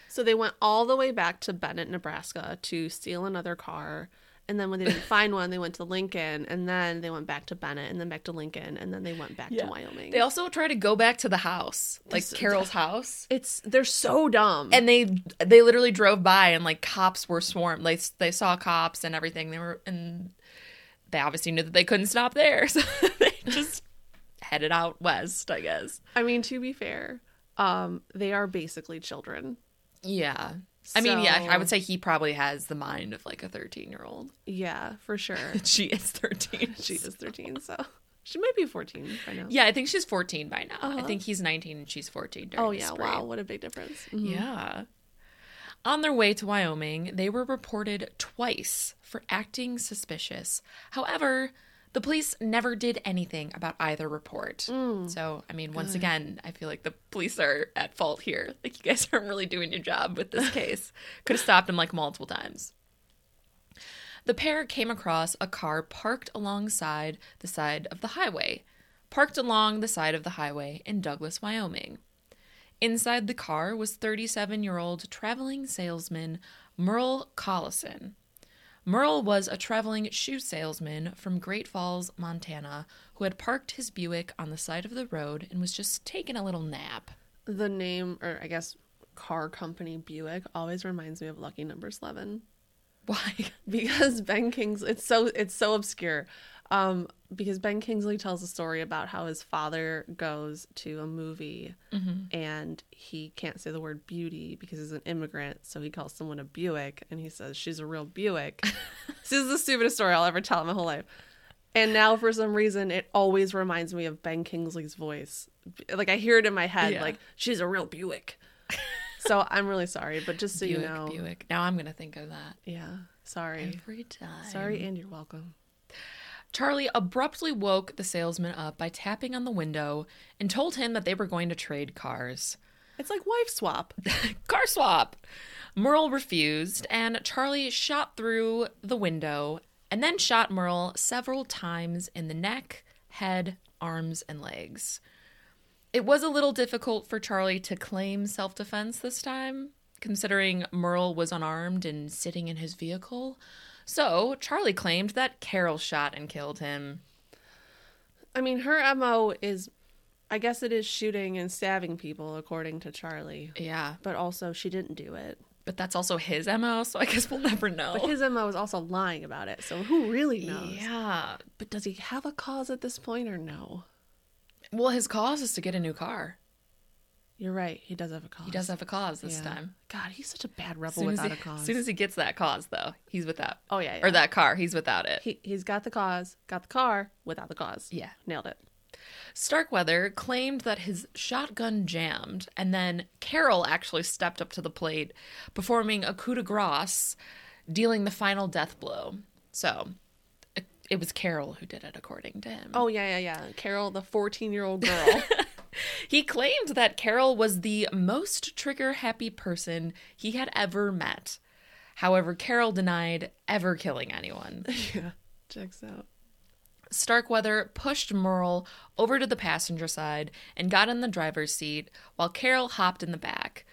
Speaker 3: So they went all the way back to Bennett, Nebraska to steal another car. And then when
Speaker 1: *laughs*
Speaker 3: they didn't find one, they went to Lincoln. And then they went back to Bennett and then back to Lincoln. And then they went back to Wyoming.
Speaker 1: They also tried to go back to the house, like
Speaker 3: This- *laughs*
Speaker 1: Carol's house,
Speaker 3: it's they're so dumb.
Speaker 1: and they they literally drove by and like cops were swarmed. They they saw cops and everything. They were and they obviously knew that they couldn't stop there, *laughs* so they just headed out west, I guess.
Speaker 3: I mean, to be fair, um, they are basically children.
Speaker 1: Yeah. I mean, yeah, I
Speaker 3: So-
Speaker 1: would say he probably has the mind of like a 13 year old.
Speaker 3: Yeah, for sure.
Speaker 1: *laughs* She is 13.
Speaker 3: she is 13, so she might be 14 by now.
Speaker 1: Yeah, I think she's 14 by now. I
Speaker 3: Uh-huh.
Speaker 1: think he's 19 and she's 14. During
Speaker 3: Oh
Speaker 1: the
Speaker 3: yeah,
Speaker 1: spree.
Speaker 3: wow, what a big difference. Mhm.
Speaker 1: Yeah. On their way to Wyoming, they were reported twice for acting suspicious. However, the police never did anything about either report. So, I mean, once again, I feel like the police are at fault here. *laughs* Like, you guys aren't really doing your job with this case. Could have stopped him like multiple times. The pair came across a car parked alongside the side of the highway, parked along the side of the highway in Douglas, Wyoming. Inside the car was 37 year old traveling salesman Merle Collison. Merle was a traveling shoe salesman from Great Falls, Montana, who had parked his Buick on the side of the road and was just taking a little nap. *laughs*
Speaker 3: The name or I guess car company Buick always reminds me of Lucky Number 11
Speaker 1: Why?
Speaker 3: *laughs* because Ben Kingsley it's so it's so obscure. Um because Ben Kingsley tells a story about how his father goes to a movie
Speaker 1: Mm-hmm.
Speaker 3: and he can't say the word beauty because he's an immigrant, so he calls someone a Buick and he says she's a
Speaker 1: *laughs*
Speaker 3: real Buick. this is the stupidest story I'll ever tell in my whole life. And now, for some reason, it always reminds me of Ben Kingsley's voice. Like I hear it in my head,
Speaker 1: Yeah.
Speaker 3: like she's a
Speaker 1: *laughs*
Speaker 3: real Buick. so I'm really sorry, but just so
Speaker 1: Buick,
Speaker 3: you know,
Speaker 1: Buick. Now I'm going to think of that
Speaker 3: yeah, sorry,
Speaker 1: every time.
Speaker 3: sorry, and you're welcome.
Speaker 1: Charlie abruptly woke the salesman up by tapping on the window and told him that they were going to trade cars.
Speaker 3: It's like wife swap.
Speaker 1: *laughs* car swap. Merle refused, and Charlie shot through the window and then shot Merle several times in the neck, head, arms, and legs. It was a little difficult for Charlie to claim self defense this time, considering Merle was unarmed and sitting in his vehicle. So, Charlie claimed that Carol shot and killed him.
Speaker 3: I mean, her mo is, I guess it is shooting and stabbing people, according to Charlie.
Speaker 1: Yeah,
Speaker 3: But also, she didn't do it.
Speaker 1: but that's also his MO, so I guess we'll *laughs* never know.
Speaker 3: But his mo is also lying about it. So who really knows?
Speaker 1: yeah.
Speaker 3: But does he have a cause at this point or no?
Speaker 1: Well, his cause is to get a new car.
Speaker 3: You're right. He does have a cause.
Speaker 1: He does have a cause this time.
Speaker 3: God, he's such a bad
Speaker 1: As
Speaker 3: rebel
Speaker 1: soon as,
Speaker 3: without
Speaker 1: he,
Speaker 3: a cause.
Speaker 1: as soon as he gets that cause, though, he's without.
Speaker 3: oh yeah, yeah.
Speaker 1: Or that car, he's without it.
Speaker 3: he he's got the cause, got the car without the cause.
Speaker 1: Yeah.
Speaker 3: nailed it.
Speaker 1: Starkweather claimed that his shotgun jammed, and then Carol actually stepped up to the plate, performing a coup de grace, dealing the final death blow. So it- it was Carol who did it, according to him.
Speaker 3: Oh yeah, yeah, yeah. Carol, the fourteen-year-old
Speaker 1: *laughs*
Speaker 3: girl.
Speaker 1: He claimed that Carol was the most trigger happy person he had ever met. However, Carol denied ever killing anyone.
Speaker 3: yeah, checks out.
Speaker 1: Starkweather pushed Merle over to the passenger side and got in the driver's seat while Carol hopped in the back.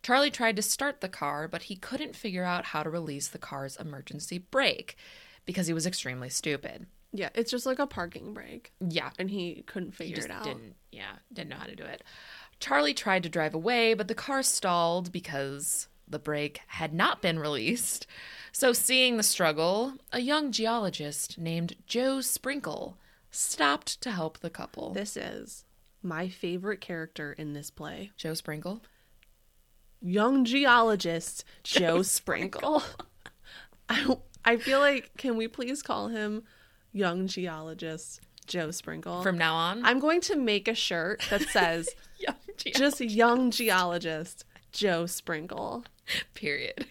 Speaker 1: Charlie tried to start the car, but he couldn't figure out how to release the car's emergency brake because he was extremely stupid.
Speaker 3: Yeah, it's just like a parking brake,
Speaker 1: Yeah,
Speaker 3: and he couldn't
Speaker 1: he
Speaker 3: figure
Speaker 1: just
Speaker 3: it out.
Speaker 1: didn't. Yeah, didn't know how to do it. Charlie tried to drive away, but the car stalled because the brake had not been released. So, seeing the struggle, a young geologist named Joe Sprinkle stopped to help the couple.
Speaker 3: This is my favorite character in this play.
Speaker 1: Joe Sprinkle. *laughs*
Speaker 3: young geologist *laughs* Joe Sprinkle. I I feel like can we please call him young geologist Joe Sprinkle.
Speaker 1: From now on,
Speaker 3: I'm going to make a shirt that
Speaker 1: *laughs*
Speaker 3: says
Speaker 1: young Geo-
Speaker 3: *laughs* just young geologist Joe Sprinkle.
Speaker 1: period.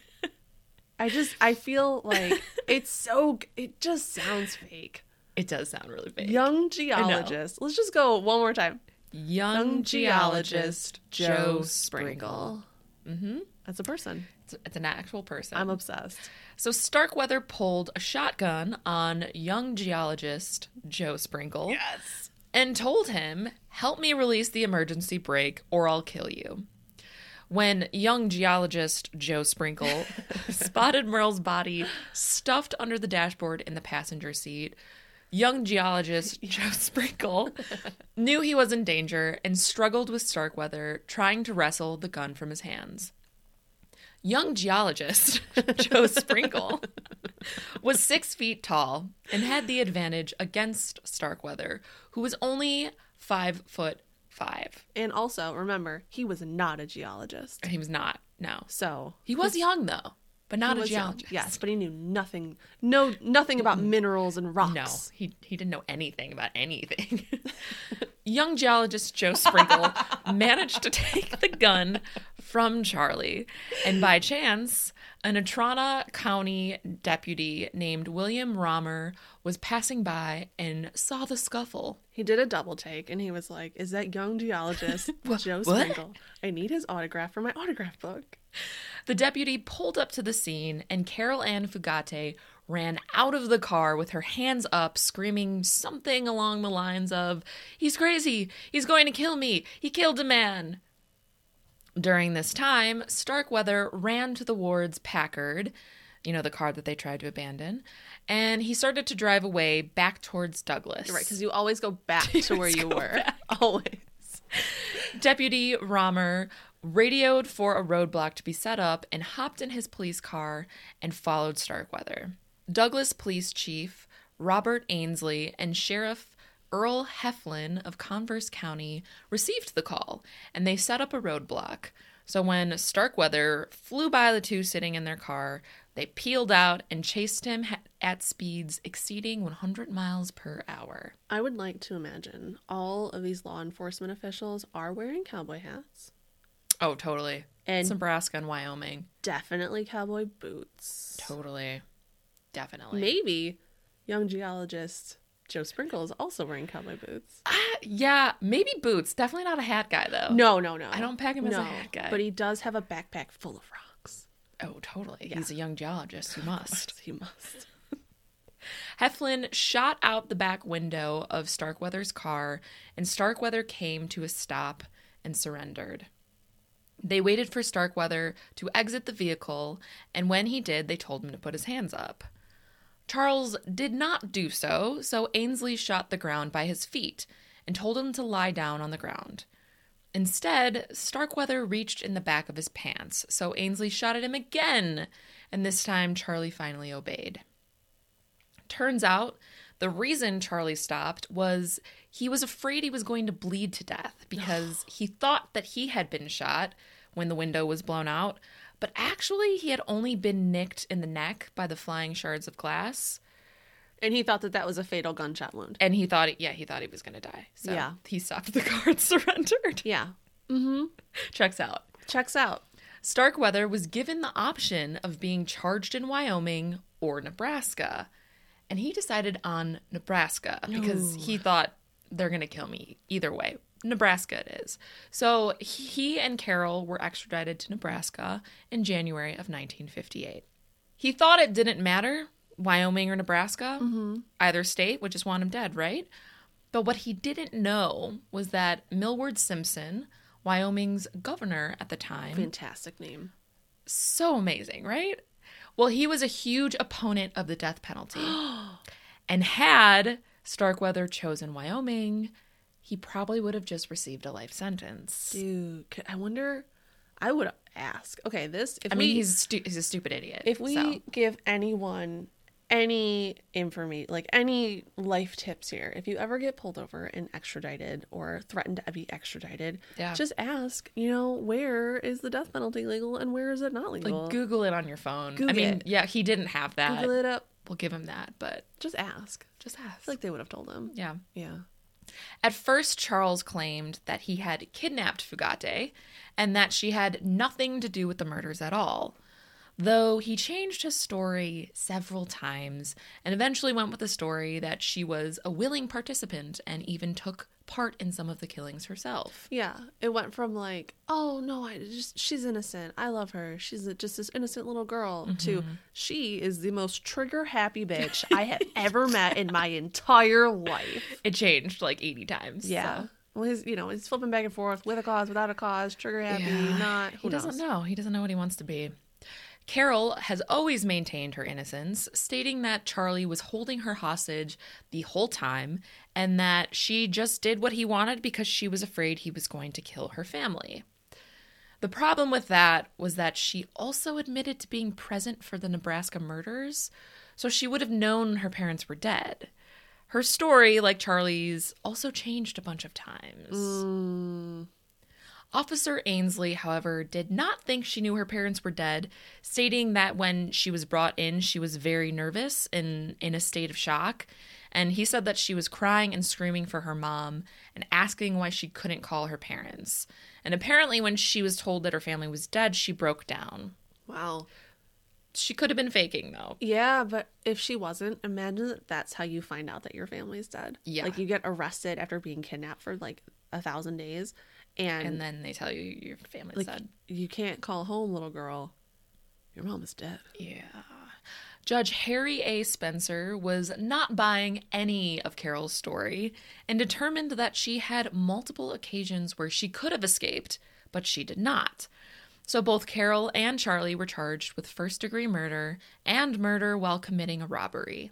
Speaker 3: I just I feel
Speaker 1: *laughs*
Speaker 3: like it's so it just sounds fake.
Speaker 1: It does sound really big.
Speaker 3: Young geologist. Let's just go one more time.
Speaker 1: Young geologist Joe Sprinkle.
Speaker 3: Mm-hmm. That's a person.
Speaker 1: It's, it's an actual person.
Speaker 3: I'm obsessed.
Speaker 1: so Starkweather pulled a shotgun on young geologist Joe Sprinkle
Speaker 3: Yes.
Speaker 1: and told him, "Help me release the emergency brake, or I'll kill you." When young geologist Joe Sprinkle spotted Merle's body stuffed under the dashboard in the passenger seat, young geologist Joe Sprinkle knew he was in danger and struggled with Starkweather, trying to wrestle the gun from his hands. Young geologist Joe Sprinkle was six feet tall and had the advantage against Starkweather, who was only five foot five.
Speaker 3: And also remember, he was not a geologist.
Speaker 1: And he was not, no.
Speaker 3: So
Speaker 1: He was young though, but not
Speaker 3: he
Speaker 1: a
Speaker 3: was young.
Speaker 1: geologist.
Speaker 3: Yes, but he knew nothing. No, nothing about minerals and rocks.
Speaker 1: No, he he didn't know anything about
Speaker 3: *laughs*
Speaker 1: anything. Young geologist Joe Sprinkle managed to take the gun from Charlie, and by chance, an Atrana County deputy named William Romer was passing by and saw the scuffle.
Speaker 3: He did a double take and he was like, Is that
Speaker 1: *laughs*
Speaker 3: young geologist Joe
Speaker 1: what?
Speaker 3: Sprinkle? I need his autograph for my autograph book.
Speaker 1: The deputy pulled up to the scene, and Carol Ann Fugate ran out of the car with her hands up, screaming something along the lines of, He's crazy! He's going to kill me! He killed a man! During this time, Starkweather ran to the ward's Packard, you know, the car that they tried to abandon, and he started to drive away back towards Douglas.
Speaker 3: Right, because you always go
Speaker 1: *laughs*
Speaker 3: back to where you were. *laughs* Always.
Speaker 1: Deputy Romer radioed for a roadblock to be set up and hopped in his police car and followed Starkweather. Douglas Police Chief Robert Ainsley and Sheriff Earl Heflin of Converse County received the call and they set up a roadblock. So when Starkweather flew by the two sitting in their car, they peeled out and chased him ha- at speeds exceeding 100 miles per hour.
Speaker 3: I would like to imagine all of these law enforcement officials are wearing cowboy hats,
Speaker 1: Oh, totally.
Speaker 3: And-
Speaker 1: it's Nebraska and Wyoming.
Speaker 3: definitely cowboy boots.
Speaker 1: Totally. Definitely.
Speaker 3: Maybe young geologist Joe Sprinkle is also wearing cowboy boots.
Speaker 1: Ah, yeah, maybe boots. Definitely not a hat guy though.
Speaker 3: No, no, no.
Speaker 1: I don't pack him as a hat guy.
Speaker 3: But he does have a backpack full of rocks.
Speaker 1: Oh, totally. He's a young geologist. He must.
Speaker 3: *laughs* He must.
Speaker 1: Heflin shot out the back window of Starkweather's car, and Starkweather came to a stop and surrendered. They waited for Starkweather to exit the vehicle, and when he did, they told him to put his hands up. Charles did not do so, so Ainsley shot the ground by his feet and told him to lie down on the ground. Instead, Starkweather reached in the back of his pants, so Ainsley shot at him again, and this time Charlie finally obeyed. Turns out the reason Charlie stopped was he was afraid he was going to bleed to death because he thought that he had been shot when the window was blown out, but actually he had only been nicked in the neck by the flying shards of glass
Speaker 3: And he thought that that was a fatal gunshot wound.
Speaker 1: and he thought yeah, he thought he was going to die. So
Speaker 3: Yeah.
Speaker 1: he stopped the *laughs* car and surrendered.
Speaker 3: Yeah.
Speaker 1: Checks out.
Speaker 3: Checks out.
Speaker 1: Starkweather was given the option of being charged in Wyoming or Nebraska. And he decided on Nebraska because he thought they're going to kill me either way. Nebraska it is. So he and Carol were extradited to Nebraska in January of 1958. He thought it didn't matter, Wyoming or Nebraska, either state would just want him dead, right? But what he didn't know was that Millward Simpson, Wyoming's governor at the time,
Speaker 3: Fantastic name.
Speaker 1: so amazing, right? Well, he was a huge opponent of the death *gasps* penalty. and had Starkweather chosen Wyoming, he probably would have just received a life sentence.
Speaker 3: Dude, could- I wonder. I would ask. Okay, this. If
Speaker 1: I mean,
Speaker 3: we,
Speaker 1: he's stu- he's a stupid idiot.
Speaker 3: if we
Speaker 1: so.
Speaker 3: give anyone any information, like any life tips here, if you ever get pulled over and extradited or threatened to be extradited,
Speaker 1: Yeah.
Speaker 3: just ask. You know, where is the death penalty legal and where is it not legal?
Speaker 1: like Google it on your phone. I
Speaker 3: Google
Speaker 1: mean,
Speaker 3: it.
Speaker 1: yeah, he didn't have that.
Speaker 3: Google it up.
Speaker 1: We'll give him that, but
Speaker 3: Just ask.
Speaker 1: just
Speaker 3: I
Speaker 1: ask.
Speaker 3: feel like they would have told him.
Speaker 1: yeah.
Speaker 3: Yeah.
Speaker 1: At first, Charles claimed that he had kidnapped Fugate and that she had nothing to do with the murders at all, though he changed his story several times and eventually went with the story that she was a willing participant and even took part in some of the killings herself.
Speaker 3: Yeah. It went from like, oh no, I just she's innocent. I love her. She's a, just this innocent little girl to
Speaker 1: Mm-hmm.
Speaker 3: she is the most
Speaker 1: *laughs*
Speaker 3: trigger happy bitch I have ever met in my entire life.
Speaker 1: It changed like 80 times.
Speaker 3: Yeah.
Speaker 1: so-
Speaker 3: Well, he's you know he's flipping back and forth with a cause, without a cause, trigger happy,
Speaker 1: Yeah.
Speaker 3: not. Who
Speaker 1: he doesn't
Speaker 3: knows?
Speaker 1: know. He doesn't know what he wants to be. Carol has always maintained her innocence, stating that Charlie was holding her hostage the whole time and that she just did what he wanted because she was afraid he was going to kill her family. The problem with that was that she also admitted to being present for the Nebraska murders, so she would have known her parents were dead. Her story, like Charlie's, also changed a bunch of times. Officer Ainsley, however, did not think she knew her parents were dead, stating that when she was brought in, she was very nervous and in a state of shock. And he said that she was crying and screaming for her mom and asking why she couldn't call her parents. And apparently, when she was told that her family was dead, she broke down.
Speaker 3: Wow.
Speaker 1: She could have been faking, though.
Speaker 3: Yeah, but if she wasn't, imagine that that's how you find out that your family's dead.
Speaker 1: Yeah.
Speaker 3: Like you get arrested after being kidnapped for like a thousand days, and,
Speaker 1: And then they tell you your family's
Speaker 3: like
Speaker 1: dead.
Speaker 3: you can't call home, little girl. Your mom is dead.
Speaker 1: Yeah. Judge Harry A. Spencer was not buying any of Carol's story and determined that she had multiple occasions where she could have escaped, but she did not. So both Carol and Charlie were charged with first degree murder and murder while committing a robbery.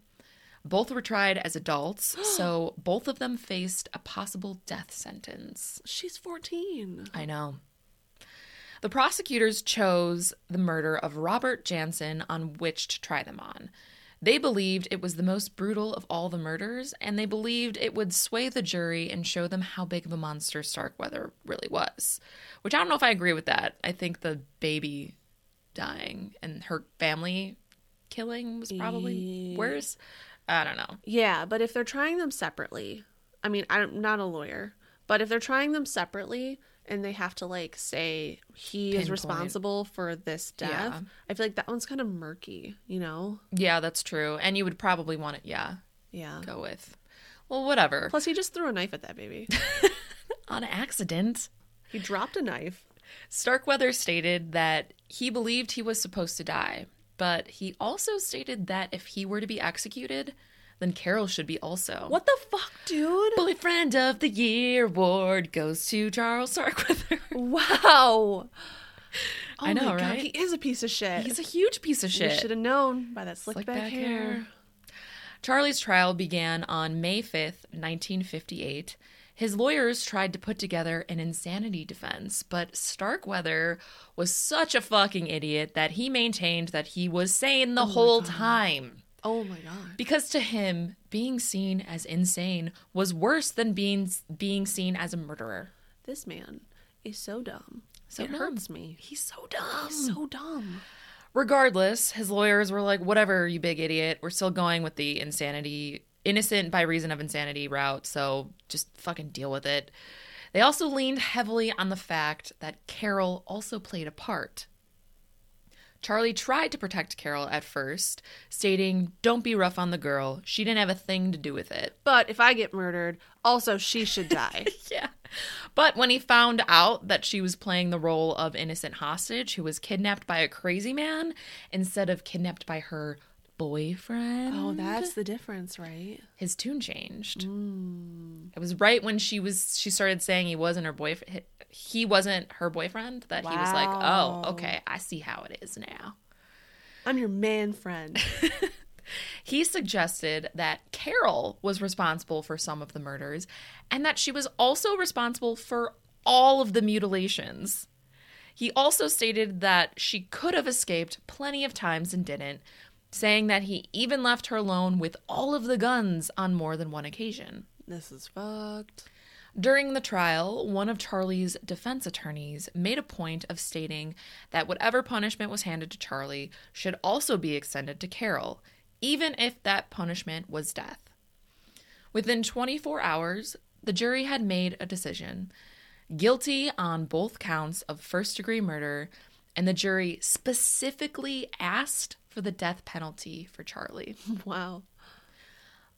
Speaker 1: Both were tried as adults, so both of them faced a possible death sentence.
Speaker 3: She's fourteen.
Speaker 1: I know. The prosecutors chose the murder of Robert Jansen on which to try them on. They believed it was the most brutal of all the murders, and they believed it would sway the jury and show them how big of a monster Starkweather really was. Which I don't know if I agree with that. I think the baby dying and her family killing was probably
Speaker 3: Yeah.
Speaker 1: worse. I don't know.
Speaker 3: Yeah, but if they're trying them separately, I mean, I'm not a lawyer, but if they're trying them separately and they have to like say he is
Speaker 1: Pinpoint.
Speaker 3: responsible for this death,
Speaker 1: Yeah.
Speaker 3: I feel like that one's kind of murky, you know?
Speaker 1: Yeah, that's true. And you would probably want to, yeah,
Speaker 3: Yeah.
Speaker 1: go with. Well, whatever.
Speaker 3: Plus, he just threw a knife at that
Speaker 1: *laughs*
Speaker 3: baby.
Speaker 1: On accident.
Speaker 3: he dropped a knife.
Speaker 1: Starkweather stated that he believed he was supposed to die, but he also stated that if he were to be executed, then Carol should be also.
Speaker 3: What the fuck,
Speaker 1: *laughs*
Speaker 3: dude?
Speaker 1: Boyfriend of the Year award goes to Charles Starkweather.
Speaker 3: Wow.
Speaker 1: I know, right?
Speaker 3: Oh He is a piece of shit.
Speaker 1: He's a huge piece of
Speaker 3: You
Speaker 1: shit.
Speaker 3: should have known by that slick,
Speaker 1: Slick
Speaker 3: back,
Speaker 1: back
Speaker 3: hair.
Speaker 1: hair. Charlie's trial began on May 5th, 1958. His lawyers tried to put together an insanity defense, but Starkweather was such a fucking idiot that he maintained that he was sane the whole time.
Speaker 3: Oh my god.
Speaker 1: Because to him, being seen as insane was worse than being being seen as a murderer.
Speaker 3: This man is so dumb.
Speaker 1: So
Speaker 3: it
Speaker 1: dumb.
Speaker 3: hurts me.
Speaker 1: He's so dumb.
Speaker 3: He's so dumb.
Speaker 1: Regardless, his lawyers were like, whatever, you big idiot. We're still going with the insanity, innocent by reason of insanity route, so just fucking deal with it. They also leaned heavily on the fact that Carol also played a part. Charlie tried to protect Carol at first, stating, Don't be rough on the girl. She didn't have a thing to do with it.
Speaker 3: But if I get murdered, also she *laughs* should die.
Speaker 1: *laughs* Yeah. But when he found out that she was playing the role of innocent hostage who was kidnapped by a crazy man instead of kidnapped by her boyfriend,
Speaker 3: oh, that's the difference, right?
Speaker 1: his tune changed.
Speaker 3: Mm.
Speaker 1: It was right when she was she started saying he wasn't her boyfriend he wasn't her boyfriend that he was like,
Speaker 3: Wow.
Speaker 1: "Oh, okay, I see how it is now."
Speaker 3: I'm your man friend.
Speaker 1: He suggested that Carol was responsible for some of the murders and that she was also responsible for all of the mutilations. He also stated that she could have escaped plenty of times and didn't, saying that he even left her alone with all of the guns on more than one occasion.
Speaker 3: this is fucked.
Speaker 1: During the trial, one of Charlie's defense attorneys made a point of stating that whatever punishment was handed to Charlie should also be extended to Carol, even if that punishment was death. Within 24 hours, the jury had made a decision guilty on both counts of first degree murder, and the jury specifically asked for the death penalty for Charlie.
Speaker 3: Wow.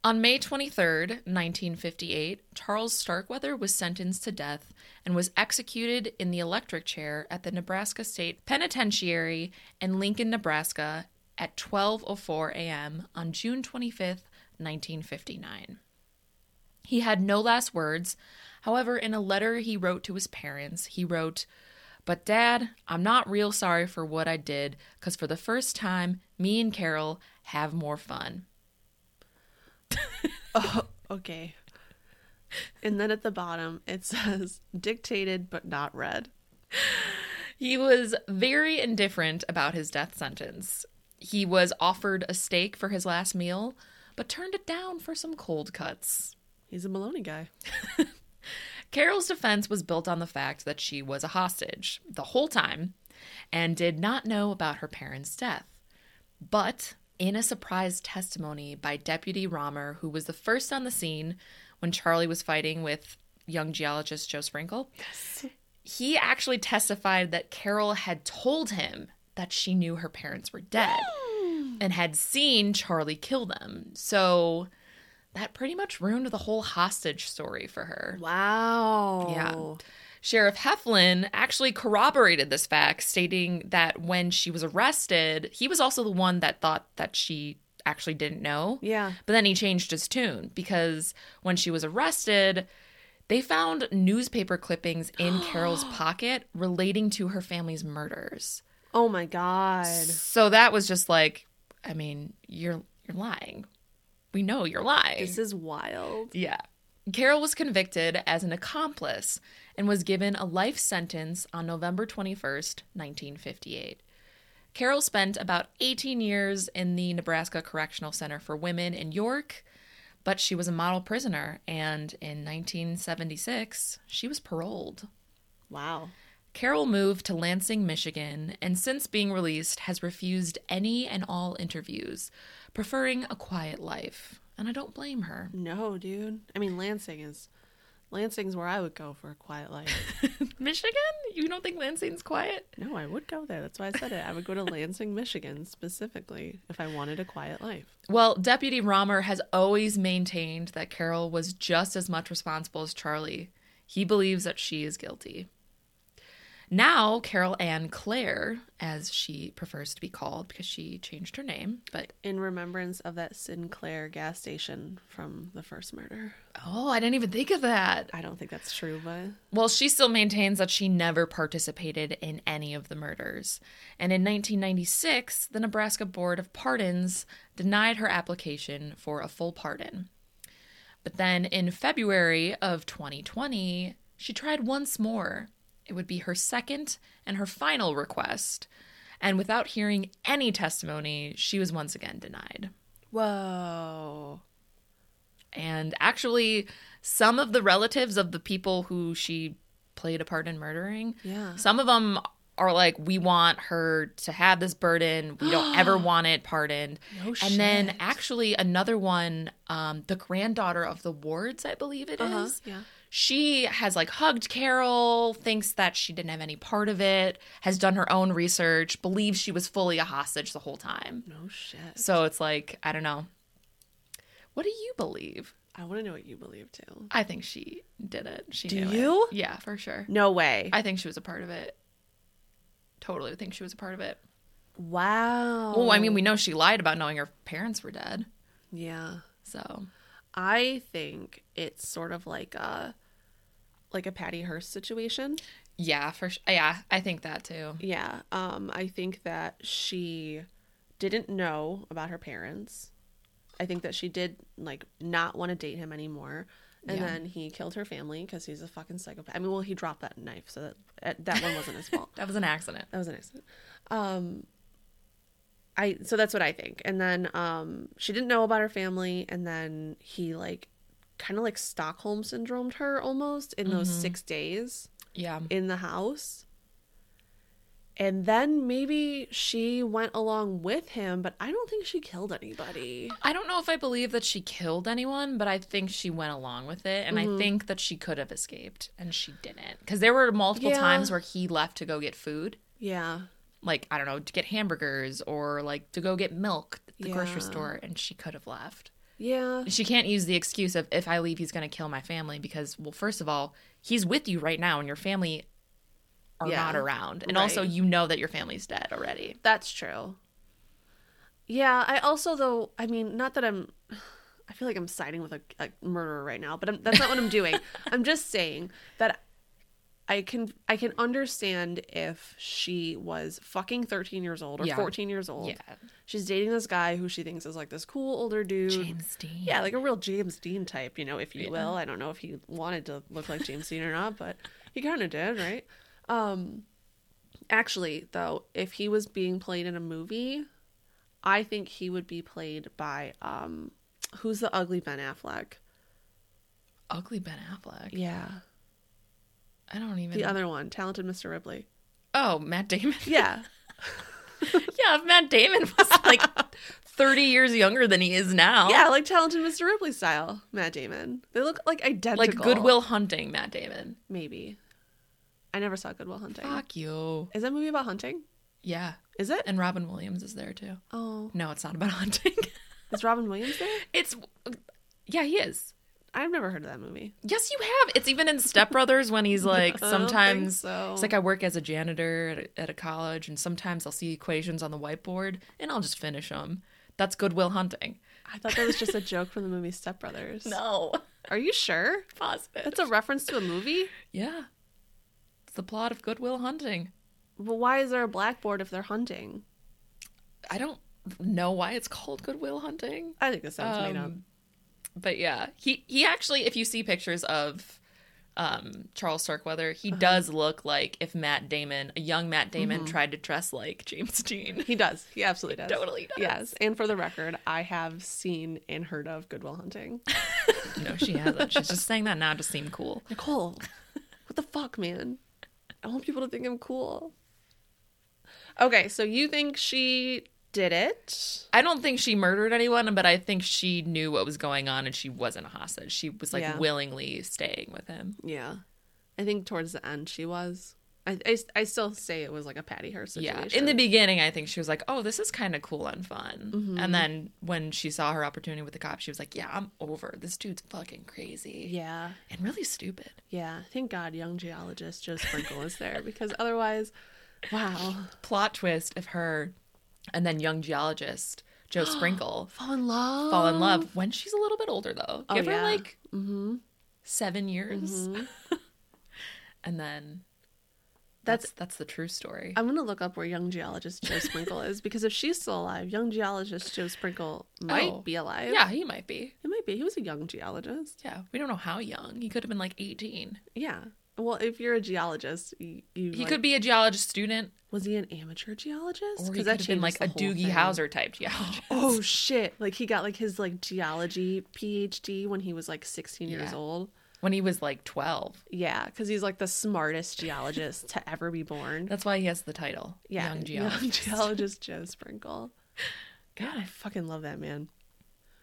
Speaker 1: On May 23rd, 1958, Charles Starkweather was sentenced to death and was executed in the electric chair at the Nebraska State Penitentiary in Lincoln, Nebraska at 12:04 a.m. on June 25th, 1959. He had no last words. However, in a letter he wrote to his parents, he wrote, "But dad, I'm not real sorry for what I did cuz for the first time, me and Carol have more fun."
Speaker 3: Oh, okay. And then at the bottom it says dictated but not read.
Speaker 1: He was very indifferent about his death sentence. He was offered a steak for his last meal, but turned it down for some cold cuts.
Speaker 3: He's a Maloney guy.
Speaker 1: Carol's defense was built on the fact that she was a hostage the whole time and did not know about her parents' death. But in a surprise testimony by Deputy Romer, who was the first on the scene when Charlie was fighting with young geologist Joe Sprinkle, he actually testified that Carol had told him that she knew her parents were dead and had seen Charlie kill them. So that pretty much ruined the whole hostage story for her.
Speaker 3: Wow.
Speaker 1: Sheriff Heflin actually corroborated this fact, stating that when she was arrested, he was also the one that thought that she actually didn't know.
Speaker 3: Yeah.
Speaker 1: But then he changed his tune because when she was arrested, they found newspaper clippings in Carol's pocket relating to her family's murders.
Speaker 3: Oh my god.
Speaker 1: So that was just like, I mean, you're you're lying. We know you're lying.
Speaker 3: This is wild.
Speaker 1: Yeah. Carol was convicted as an accomplice and was given a life sentence on November 21st, 1958. Carol spent about 18 years in the Nebraska Correctional Center for Women in York, but she was a model prisoner and in 1976, she was paroled.
Speaker 3: Wow.
Speaker 1: Carol moved to Lansing, Michigan, and since being released has refused any and all interviews, preferring a quiet life. And I don't blame her.
Speaker 3: No, dude. I mean Lansing is Lansing's where I would go for a quiet life.
Speaker 1: Michigan? You don't think Lansing's quiet?
Speaker 3: no, I would go there. That's why I said it. I would go to Lansing, Michigan specifically if I wanted a quiet life.
Speaker 1: Well, Deputy Romer has always maintained that Carol was just as much responsible as Charlie. He believes that she is guilty. Now, Carol Ann Clare, as she prefers to be called because she changed her name, but
Speaker 3: In remembrance of that Sinclair gas station from the first murder.
Speaker 1: oh, I didn't even think of that.
Speaker 3: I don't think that's true, but
Speaker 1: Well, she still maintains that she never participated in any of the murders. And in 1996, the Nebraska Board of Pardons denied her application for a full pardon. But then in February of 2020, she tried once more. It would be her second and her final request. And without hearing any testimony, she was once again denied.
Speaker 3: Whoa.
Speaker 1: And actually, some of the relatives of the people who she played a part in murdering,
Speaker 3: Yeah.
Speaker 1: some of them are like, we want her to have this burden. We
Speaker 3: *gasps*
Speaker 1: don't ever want it pardoned.
Speaker 3: No
Speaker 1: and then
Speaker 3: shit.
Speaker 1: actually, another one, um, the granddaughter of the Wards, I believe it is.
Speaker 3: Uh-huh, yeah.
Speaker 1: She has like hugged Carol, thinks that she didn't have any part of it, has done her own research, believes she was fully a hostage the whole time.
Speaker 3: No shit.
Speaker 1: So it's like, I don't know. What do you believe?
Speaker 3: I want to know what you believe too.
Speaker 1: I think she did it. She
Speaker 3: Do
Speaker 1: knew it.
Speaker 3: you?
Speaker 1: Yeah, for sure.
Speaker 3: No way.
Speaker 1: I think she was a part of it. Totally think she was a part of it.
Speaker 3: wow.
Speaker 1: Oh, I mean, we know she lied about knowing her parents were dead.
Speaker 3: yeah.
Speaker 1: So,
Speaker 3: I think it's sort of like a like a Patty Hearst situation.
Speaker 1: yeah, for sure. Yeah, I think that too.
Speaker 3: Yeah. Um I think that she didn't know about her parents. I think that she did like not want to date him anymore. And
Speaker 1: Yeah.
Speaker 3: then he killed her family because he's a fucking psychopath. I mean, well, he dropped that knife, so that eh, that one wasn't
Speaker 1: *laughs*
Speaker 3: his fault.
Speaker 1: That was an accident.
Speaker 3: That was an accident. Um, I so that's what I think. And then um, she didn't know about her family, and then he like kind of like Stockholm syndromed her almost in those six days
Speaker 1: Yeah.
Speaker 3: in the house. And then maybe she went along with him, but I don't think she killed anybody.
Speaker 1: I don't know if I believe that she killed anyone, but I think she went along with it. And I think that she could have escaped and she didn't. Because there were multiple
Speaker 3: Yeah.
Speaker 1: times where he left to go get food.
Speaker 3: Yeah.
Speaker 1: Like, I don't know, to get hamburgers or like to go get milk at the grocery
Speaker 3: Yeah.
Speaker 1: store. And she could have left.
Speaker 3: Yeah.
Speaker 1: She can't use the excuse of if I leave, he's going to kill my family. Because, well, first of all, he's with you right now and your family are
Speaker 3: Yeah.
Speaker 1: not around. And also,
Speaker 3: Right.
Speaker 1: you know that your family's dead already.
Speaker 3: That's true. Yeah, I also though I mean not that I'm I feel like I'm siding with a, a murderer right now, but I'm, that's not what
Speaker 1: *laughs*
Speaker 3: I'm doing. I'm just saying that I can I can understand if she was fucking 13 years old or
Speaker 1: Yeah.
Speaker 3: 14 years old.
Speaker 1: Yeah.
Speaker 3: She's dating this guy who she thinks is like this cool older dude.
Speaker 1: James Dean.
Speaker 3: Yeah, like a real James Dean type, you know, if you will. I don't know if he wanted to look like James Dean or not, but he kind of did, right? Um actually, though, if he was being played in a movie, I think he would be played by um who's the ugly Ben Affleck?
Speaker 1: Ugly Ben Affleck.
Speaker 3: Yeah.
Speaker 1: I don't even.
Speaker 3: The other one, Talented
Speaker 1: *laughs*
Speaker 3: Mr. Ripley.
Speaker 1: oh, Matt Damon.
Speaker 3: *laughs* Yeah.
Speaker 1: yeah, if Matt Damon
Speaker 3: *laughs*
Speaker 1: was like 30 years younger than he is now.
Speaker 3: Yeah, like Talented Mr. Ripley style, Matt Damon. They look like oh. identical.
Speaker 1: Like Goodwill Hunting Matt Damon.
Speaker 3: maybe. I never saw Goodwill Hunting.
Speaker 1: Fuck you.
Speaker 3: Is that movie about hunting?
Speaker 1: Yeah.
Speaker 3: Is it?
Speaker 1: And Robin Williams is there too.
Speaker 3: Oh,
Speaker 1: No, it's not about *laughs* hunting.
Speaker 3: is Robin Williams there?
Speaker 1: it's. Yeah, he is.
Speaker 3: I've never heard of that movie.
Speaker 1: Yes, you have. It's even in Step Brothers when
Speaker 3: *laughs*
Speaker 1: he's like
Speaker 3: I don't
Speaker 1: sometimes.
Speaker 3: think so.
Speaker 1: It's like I work as a janitor at a, at a college, and sometimes I'll see equations on the whiteboard, and I'll just finish them. That's Goodwill Hunting.
Speaker 3: I thought that was just a joke from the movie Step Brothers. *laughs*
Speaker 1: No,
Speaker 3: Are you sure?
Speaker 1: positive.
Speaker 3: That's a reference to a movie?
Speaker 1: yeah, it's the plot of Goodwill Hunting.
Speaker 3: Well, why is there a blackboard if they're hunting?
Speaker 1: I don't know why it's called Goodwill Hunting.
Speaker 3: I think this sounds made up.
Speaker 1: Um, but yeah, he he actually, if you see pictures of um, Charles Starkweather, he
Speaker 3: Uh-huh.
Speaker 1: does look like if Matt Damon, a young Matt Damon,
Speaker 3: Mm-hmm.
Speaker 1: tried to dress like James Dean.
Speaker 3: He does. He absolutely does.
Speaker 1: totally does.
Speaker 3: Yes. And for the record, I have seen and heard of Goodwill *laughs* Hunting.
Speaker 1: no, she hasn't. She's just saying that now to seem cool.
Speaker 3: Nicole, what the fuck, man? I want people to think I'm cool. Okay, so you think she did it?
Speaker 1: I don't think she murdered anyone, but I think she knew what was going on and she wasn't a hostage. She was like
Speaker 3: Yeah.
Speaker 1: willingly staying with him.
Speaker 3: Yeah. I think towards the end she was. I, I, I still say it was like a Patty Hearst situation.
Speaker 1: Yeah. In the beginning, I think she was like, "Oh, this is kind of cool and fun,"
Speaker 3: Mm-hmm.
Speaker 1: and then when she saw her opportunity with the cop, she was like, "Yeah, I'm over. This dude's fucking crazy
Speaker 3: Yeah.
Speaker 1: and really stupid."
Speaker 3: Yeah. Thank God young geologist Joe Sprinkle is there because otherwise, wow.
Speaker 1: Plot twist of her, and then young geologist
Speaker 3: *gasps*
Speaker 1: Joe Sprinkle
Speaker 3: Fall in love.
Speaker 1: fall in love when she's a little bit older though.
Speaker 3: Oh,
Speaker 1: Give her
Speaker 3: yeah. Mm-hmm.
Speaker 1: like seven years, *laughs* and then that's
Speaker 3: That's-
Speaker 1: that's the true story.
Speaker 3: I'm going to look up where young geologist Joe Sprinkle is because if she's still alive, young geologist Joe Sprinkle might
Speaker 1: Oh.
Speaker 3: be alive.
Speaker 1: yeah, he might be.
Speaker 3: It might be. He was a young geologist.
Speaker 1: Yeah, we don't know how young. He could have been like 18.
Speaker 3: Yeah. Well, if you're a geologist, you, you
Speaker 1: He
Speaker 3: like-
Speaker 1: could be a geologist student
Speaker 3: Was he an amateur geologist?
Speaker 1: Or he
Speaker 3: 'Cause
Speaker 1: could have been
Speaker 3: changes
Speaker 1: like
Speaker 3: the
Speaker 1: a
Speaker 3: whole
Speaker 1: Doogie
Speaker 3: thing.
Speaker 1: Howser type geologist.
Speaker 3: *laughs* Oh shit! Like he got like his like geology PhD when he was like 16 years
Speaker 1: Yeah.
Speaker 3: old.
Speaker 1: When he was like 12.
Speaker 3: Yeah, because he's like the smartest geologist to ever be born.
Speaker 1: That's why he has the title.
Speaker 3: Yeah,
Speaker 1: Young geologist.
Speaker 3: *laughs* geologist Joe Sprinkle. God, I fucking love that man.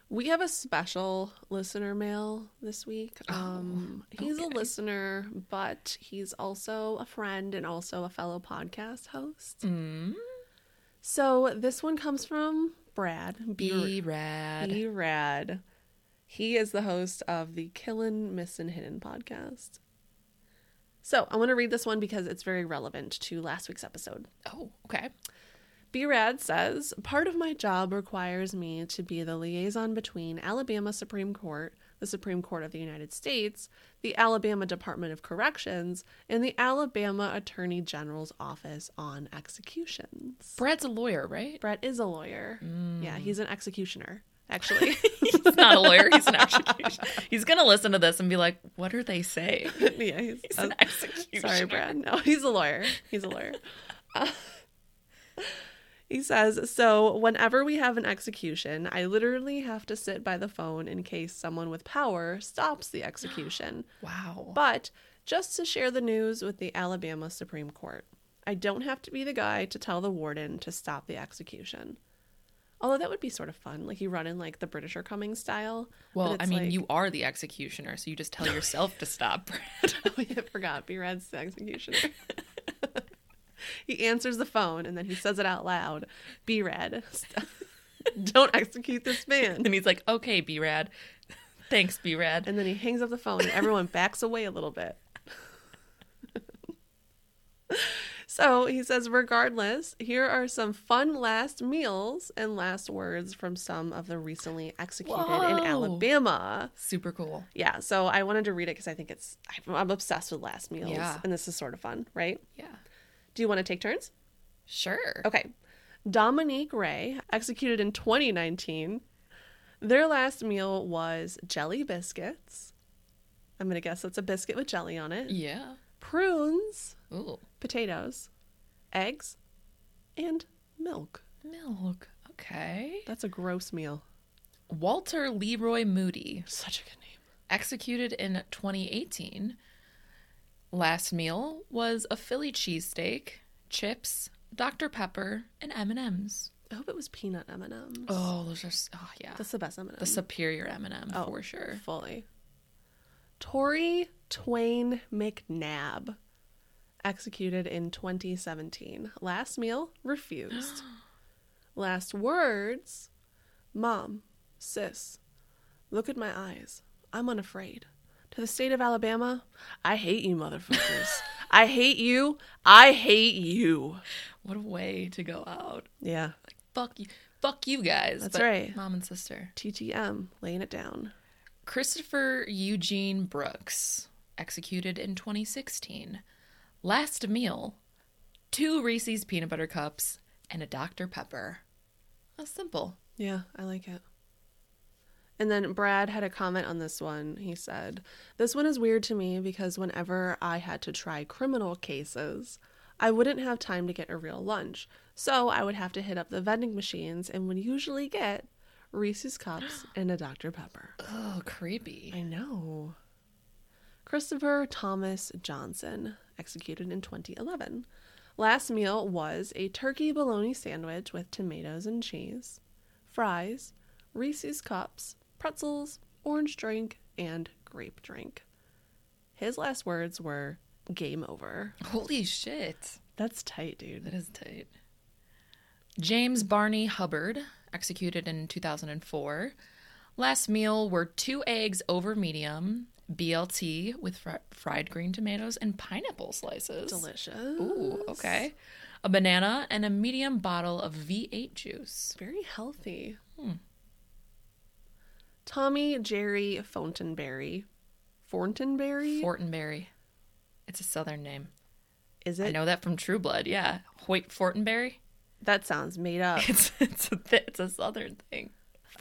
Speaker 3: We have a special listener mail this week.
Speaker 1: Oh,
Speaker 3: Um, he's a listener, but he's also a friend and also a fellow podcast host.
Speaker 1: Mm.
Speaker 3: So this one comes from Brad.
Speaker 1: Be rad.
Speaker 3: He rad. He is the host of the Killin' Missin' Hidden podcast. So I want to read this one because it's very relevant to last week's episode.
Speaker 1: oh, okay.
Speaker 3: B Rad says Part of my job requires me to be the liaison between Alabama Supreme Court, the Supreme Court of the United States, the Alabama Department of Corrections, and the Alabama Attorney General's Office on executions.
Speaker 1: Brad's a lawyer, right?
Speaker 3: Brett is a lawyer. Yeah, he's an executioner, actually.
Speaker 1: *laughs* He's not a lawyer. He's an executioner. *laughs* he's going to listen to this and be like, what are they saying?
Speaker 3: yeah, he's,
Speaker 1: He's an
Speaker 3: uh,
Speaker 1: executioner.
Speaker 3: sorry, Brad. No, he's a lawyer. He's a lawyer. *laughs* Uh, he says, so whenever we have an execution, I literally have to sit by the phone in case someone with power stops the
Speaker 1: *gasps*
Speaker 3: execution.
Speaker 1: Wow.
Speaker 3: But just to share the news with the Alabama Supreme Court. I don't have to be the guy to tell the warden to stop the execution. Although that would be sort of fun. Like you run in like the British are coming style. but
Speaker 1: Well, I
Speaker 3: it's
Speaker 1: mean,
Speaker 3: like-
Speaker 1: you are the executioner, so you just tell yourself to stop, *laughs* Brad.
Speaker 3: *laughs* Oh, yeah, I forgot. B Rad's the executioner. *laughs* he answers the phone and then he says it out loud B Rad, stop- *laughs* don't execute this
Speaker 1: *laughs*
Speaker 3: man.
Speaker 1: and he's like, okay, B Rad. *laughs* Thanks, B Rad.
Speaker 3: And then he hangs up the phone and everyone backs away a little bit. *laughs* so he says, regardless, here are some fun last meals and last words from some of the recently executed in
Speaker 1: Whoa.
Speaker 3: Alabama.
Speaker 1: Super cool.
Speaker 3: Yeah, so I wanted to read it because I think it's, I'm- I'm obsessed with last meals.
Speaker 1: Yeah.
Speaker 3: And this is sort of fun, right?
Speaker 1: Yeah.
Speaker 3: Do you want to take turns?
Speaker 1: Sure.
Speaker 3: Okay. Dominique Ray, executed in 2019, their last meal was jelly biscuits. I'm going to guess that's a biscuit with jelly on it,
Speaker 1: Yeah.
Speaker 3: prunes,
Speaker 1: Ooh.
Speaker 3: potatoes, eggs, and milk.
Speaker 1: Milk. Okay.
Speaker 3: That's a gross meal.
Speaker 1: Walter Leroy Moody,
Speaker 3: Such a good name.
Speaker 1: executed in 2018. Last meal was a Philly cheesesteak, chips, Dr. Pepper, and M&Ms.
Speaker 3: I hope it was peanut M&Ms.
Speaker 1: Oh, those are s- oh yeah. The,
Speaker 3: That's the best M&M.
Speaker 1: superior M&M
Speaker 3: Oh.
Speaker 1: for sure.
Speaker 3: Fully. Tori Twain McNabb, executed in 2017. Last meal refused.
Speaker 1: *gasps*
Speaker 3: Last words Mom, sis, look at my eyes. I'm unafraid. To the state of Alabama, I hate you, motherfuckers.
Speaker 1: *laughs*
Speaker 3: I hate you. I hate you.
Speaker 1: What a way to go out.
Speaker 3: Yeah.
Speaker 1: Fuck you. Fuck you guys.
Speaker 3: That's right.
Speaker 1: Mom and sister.
Speaker 3: TTM, laying it down.
Speaker 1: Christopher Eugene Brooks, executed in 2016. Last meal, two Reese's peanut butter cups and a Dr. Pepper. How simple.
Speaker 3: Yeah, I like it. And then Brad had a comment on this one. He said, This one is weird to me because whenever I had to try criminal cases, I wouldn't have time to get a real lunch. So I would have to hit up the vending machines and would usually get Reese's Cups and a Dr. Pepper.
Speaker 1: Oh, creepy.
Speaker 3: I know. Christopher Thomas Johnson, executed in 2011. Last meal was a turkey bologna sandwich with tomatoes and cheese, fries, Reese's cups, pretzels, orange drink, and grape drink. His last words were game over.
Speaker 1: Holy shit.
Speaker 3: That's tight, dude.
Speaker 1: That is tight. James Barney Hubbard, executed in 2004. Last meal were two eggs over medium, BLT with fr- fried green tomatoes and pineapple slices.
Speaker 3: Delicious.
Speaker 1: Ooh, okay. A banana and a medium bottle of V8 juice.
Speaker 3: Very healthy.
Speaker 1: Hmm.
Speaker 3: Tommy Jerry Fountainberry. Fountainberry?
Speaker 1: Fortenberry. It's a southern name.
Speaker 3: is
Speaker 1: I
Speaker 3: it?
Speaker 1: know that from True Blood. Yeah. Hoyt Fortenberry. *laughs*
Speaker 3: That sounds made up.
Speaker 1: It's it's a, th- it's a southern thing.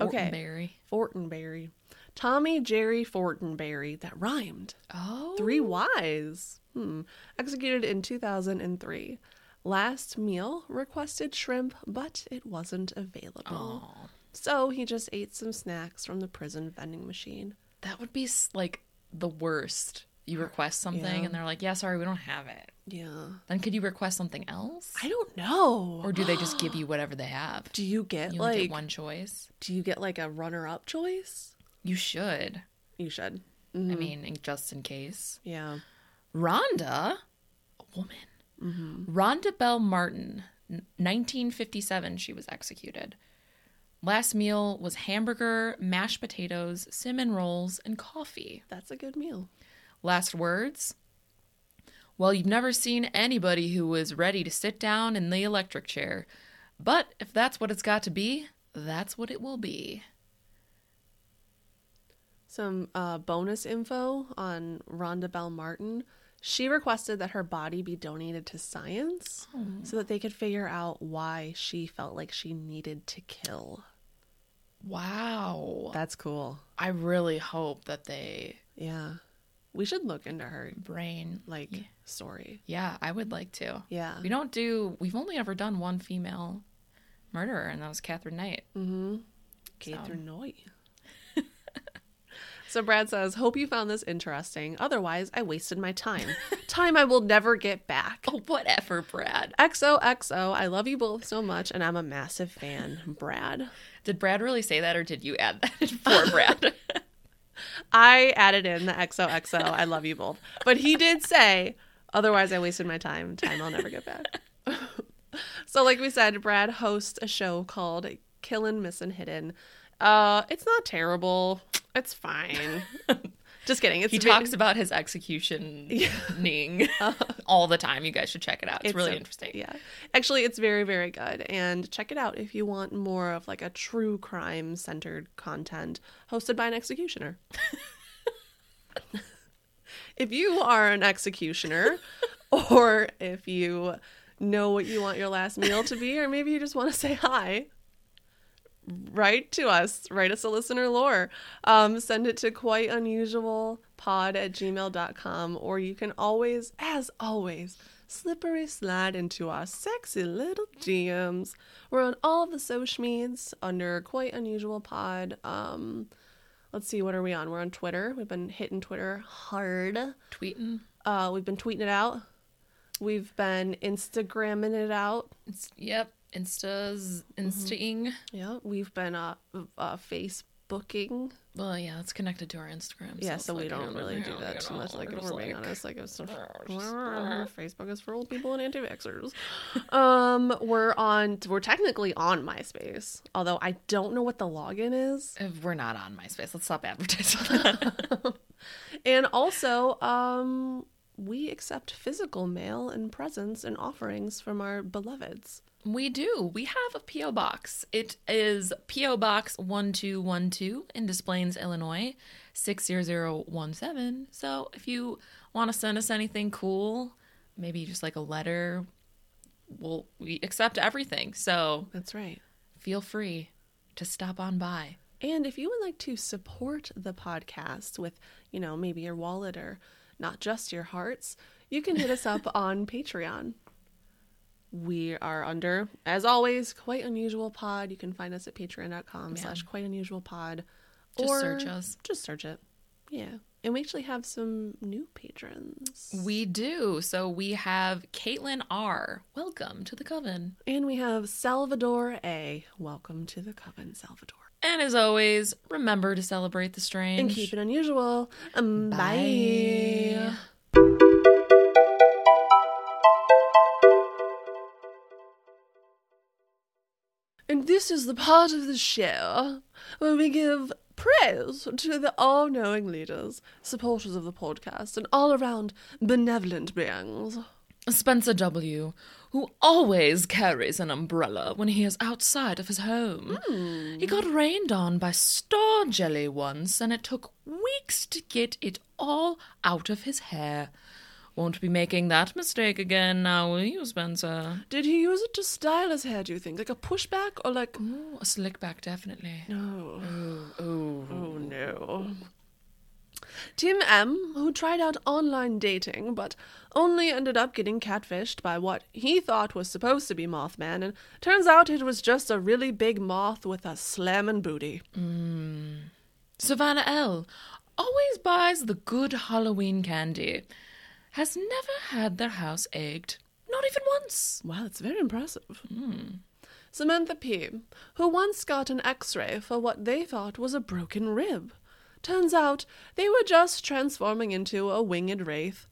Speaker 3: Okay.
Speaker 1: Fortenberry.
Speaker 3: Fortenberry. Tommy Jerry Fortenberry. That rhymed.
Speaker 1: Oh.
Speaker 3: Three Y's. Hmm. Executed in 2003. Last meal requested shrimp, but it wasn't available.
Speaker 1: Aw.
Speaker 3: So he just ate some snacks from the prison vending machine.
Speaker 1: That would be s- like the worst. You request something
Speaker 3: Yeah.
Speaker 1: and they're like, "Yeah, sorry, we don't have it."
Speaker 3: Yeah.
Speaker 1: Then could you request something else?
Speaker 3: I don't know.
Speaker 1: Or do they just give you whatever they have?
Speaker 3: do you get
Speaker 1: You only
Speaker 3: like
Speaker 1: get one choice.
Speaker 3: do you get like a runner up choice?
Speaker 1: You should.
Speaker 3: You should. Mm-hmm.
Speaker 1: I mean, in- just in case.
Speaker 3: Yeah.
Speaker 1: Rhonda, a woman,
Speaker 3: Mm-hmm.
Speaker 1: Rhonda Bell Martin, n- 1957, she was executed. Last meal was hamburger, mashed potatoes, cinnamon rolls, and coffee.
Speaker 3: That's a good meal.
Speaker 1: Last words? Well, you've never seen anybody who was ready to sit down in the electric chair. But if that's what it's got to be, that's what it will be.
Speaker 3: some uh, bonus info on Rhonda Bell Martin. She requested that her body be donated to science so that they could figure out why she felt like she needed to kill.
Speaker 1: Wow.
Speaker 3: That's cool.
Speaker 1: I really hope that they
Speaker 3: Yeah. We should look into her
Speaker 1: brain
Speaker 3: like story.
Speaker 1: Yeah, I would like to.
Speaker 3: Yeah.
Speaker 1: We don't do, we've only ever done one female Mm. *laughs* murderer, and that was Catherine Knight.
Speaker 3: Catherine Noy. *laughs* So Brad says, Hope you found this interesting. Otherwise, I wasted
Speaker 1: *laughs*
Speaker 3: my time. time I will never get back.
Speaker 1: Oh, whatever, Brad.
Speaker 3: XOXO, I love you both so much, and I'm a massive fan. Brad.
Speaker 1: Did Brad really say that, or did you add that *laughs* in for Brad?
Speaker 3: I added in the XOXO, I love you both. But he did say, Otherwise, I wasted my time. Time I'll never get back. *laughs* so, like we said, Brad hosts a show called Killin', Missin', Hidden. Uh, it's not terrible.
Speaker 1: *laughs*
Speaker 3: It's fine. Just kidding. It's
Speaker 1: he
Speaker 3: ve-
Speaker 1: talks about his
Speaker 3: *laughs*
Speaker 1: executioning all the time. You guys should check it out. It's, really
Speaker 3: a-
Speaker 1: interesting.
Speaker 3: Yeah. Actually, it's very, very good. And check it out if you want more of like a true crime centered content hosted by
Speaker 1: *laughs*
Speaker 3: an executioner. if you are an executioner or if you know what you want your last meal to be, or maybe you just want to say hi, write to us. Write us a listener lore. Um, send it to quite unusual pod at gmail.com or you can always, as always, slippery slide into our sexy little DMs. We're on all the social meds under quite unusual pod. Um, let's see, what are we on? We're on Twitter. We've been hitting Twitter hard.
Speaker 1: Tweeting.
Speaker 3: Uh, we've been tweeting it out. We've been Instagramming it out.
Speaker 1: It's, yep. Insta's
Speaker 3: Mm-hmm.
Speaker 1: instaing.
Speaker 3: Yeah, we've been uh, uh Facebooking.
Speaker 1: Well, yeah, it's connected to our Instagram.
Speaker 3: Yeah,
Speaker 1: it's
Speaker 3: so we
Speaker 1: like, I
Speaker 3: don't really
Speaker 1: know,
Speaker 3: do
Speaker 1: you
Speaker 3: that too
Speaker 1: know,
Speaker 3: much. Like,
Speaker 1: we're
Speaker 3: if
Speaker 1: just
Speaker 3: we're being
Speaker 1: like-
Speaker 3: honest, like, it's just, *laughs*
Speaker 1: just-
Speaker 3: Facebook is for old people and anti-vaxxers.
Speaker 1: *laughs*
Speaker 3: um, we're on. We're technically on MySpace, although I don't know what the login is.
Speaker 1: Uh, We're not on MySpace. Let's stop advertising. *laughs* that.
Speaker 3: *laughs* And also, um, we accept physical mail and presents and offerings from our beloveds.
Speaker 1: we do. We have a PO box. It is PO Box one two one two in Des Plaines, Illinois, six zero zero one seven. So if you want to send us anything cool, maybe just like a letter, we'll we accept everything. So
Speaker 3: That's right.
Speaker 1: feel free to stop on by.
Speaker 3: And if you would like to support the podcast with, you know, maybe your wallet or not just your hearts, you can hit
Speaker 1: *laughs*
Speaker 3: us up on Patreon. We are under, as always, Quite Unusual Pod. You can find us at patreon.com slash quite unusual pod.
Speaker 1: Just search us.
Speaker 3: Just search it. Yeah. And we actually have some new patrons.
Speaker 1: We do. So we have Caitlin R. Welcome to the coven.
Speaker 3: And we have Salvador A. Welcome to the Coven, Salvador.
Speaker 1: And as always, remember to celebrate the strange.
Speaker 3: And keep it unusual. Um, bye.
Speaker 1: Bye.
Speaker 3: And this is the part of the show where we give praise to the all knowing leaders, supporters of the podcast, and all around benevolent beings.
Speaker 1: Spencer W., who always carries an umbrella when he is outside of his home. He got rained on by star jelly once, and it took weeks to get it all out of his hair. Won't be making that mistake again now, will you, Spencer?
Speaker 3: Did he use it to style his hair, do you think? Like a pushback or like.
Speaker 1: Ooh, a slick back, definitely.
Speaker 3: No.
Speaker 1: Ooh.
Speaker 3: Oh no. Tim M, who tried out online dating but only ended up getting catfished by what he thought was supposed to be Mothman, and turns out it was just a really big moth with a slammin' booty.
Speaker 1: Savannah L. always buys the good Halloween candy. Has never had their house egged. Not even once.
Speaker 3: Wow, it's very impressive. Samantha P., who once got an x ray for what they thought was a broken rib. Turns out they were just transforming into a winged wraith.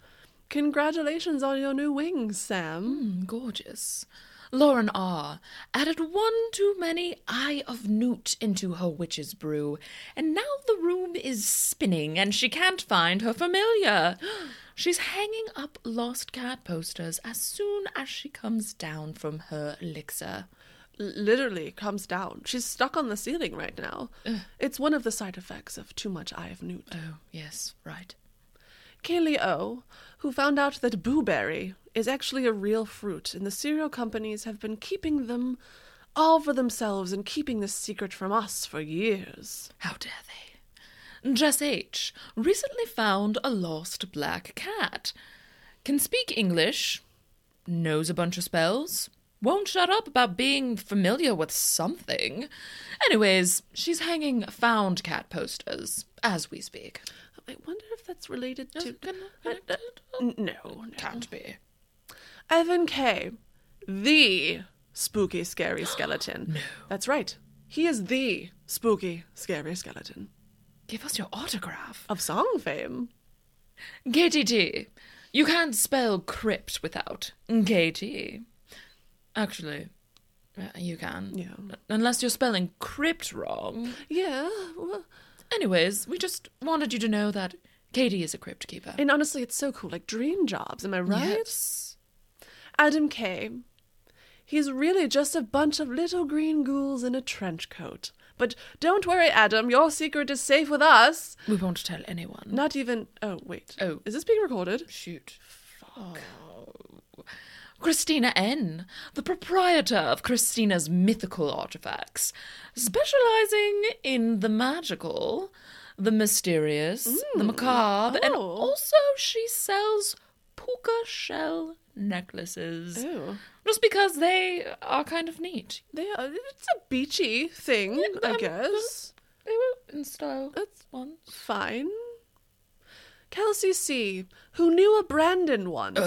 Speaker 3: Congratulations on your new wings, Sam.
Speaker 1: Mm, gorgeous. Lauren R. added one too many Eye of Newt into her witch's brew, and now the room is spinning and she can't find her familiar. *gasps* She's hanging up lost cat posters as soon as she comes down from her elixir.
Speaker 3: literally comes down. She's stuck on the ceiling right now. It's one of the side effects of too much Eye of Newt.
Speaker 1: Oh, yes, right.
Speaker 3: Kaylee O, who found out that blueberry is actually a real fruit, and the cereal companies have been keeping them all for themselves and keeping this secret from us for years.
Speaker 1: How dare they? Jess H. recently found a lost black cat. Can speak English. Knows a bunch of spells. won't shut up about being familiar with something. Anyways, she's hanging found cat posters as we speak.
Speaker 3: I wonder if that's related to.
Speaker 1: Connected?
Speaker 3: N- No, no.
Speaker 1: Can't be.
Speaker 3: Evan K, the spooky, *gasps* scary skeleton. That's right. He is the spooky, scary skeleton
Speaker 1: Give us your autograph.
Speaker 3: of song fame.
Speaker 1: KTT. You can't spell crypt without KT. Actually, uh, you can.
Speaker 3: Yeah.
Speaker 1: Unless you're spelling crypt wrong.
Speaker 3: Yeah. well,
Speaker 1: Anyways, we just wanted you to know that Katie is a crypt keeper.
Speaker 3: And honestly, it's so cool. Like dream jobs, am I right?
Speaker 1: Yes.
Speaker 3: Adam K. He's really just a bunch of little green ghouls in a trench coat. But don't worry, Adam, your secret is safe with us.
Speaker 1: We won't tell anyone.
Speaker 3: Not even. Oh, wait.
Speaker 1: Oh.
Speaker 3: Is this being recorded?
Speaker 1: Shoot. Fuck. Christina N., the proprietor of Christina's mythical artifacts, specializing in the magical, the mysterious, the macabre, and
Speaker 3: Oh.
Speaker 1: also she sells puka shell necklaces.
Speaker 3: Oh.
Speaker 1: Just because they are kind of neat.
Speaker 3: They are, it's a beachy thing, I
Speaker 1: um,
Speaker 3: guess.
Speaker 1: They were in style
Speaker 3: That's
Speaker 1: once.
Speaker 3: fine. Kelsey C., who knew a Brandon once.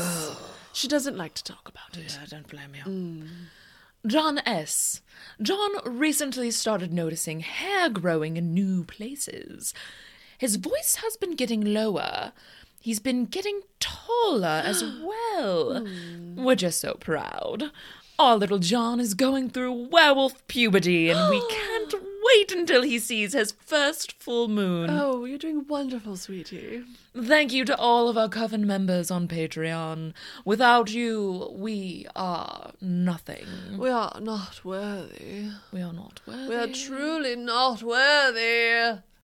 Speaker 3: She doesn't like to talk about it.
Speaker 1: Yeah, don't blame you. Hmm. John S. John recently started noticing hair growing in new places. His voice has been getting lower. He's been getting taller *gasps* as well. We're just so proud. Our little John is going through werewolf puberty, and *gasps* we can't wait until he sees his first full moon.
Speaker 3: Oh, you're doing wonderful, sweetie.
Speaker 1: Thank you to all of our coven members on Patreon. Without you, we are nothing.
Speaker 3: We are not worthy.
Speaker 1: We are not worthy.
Speaker 3: We are truly not worthy.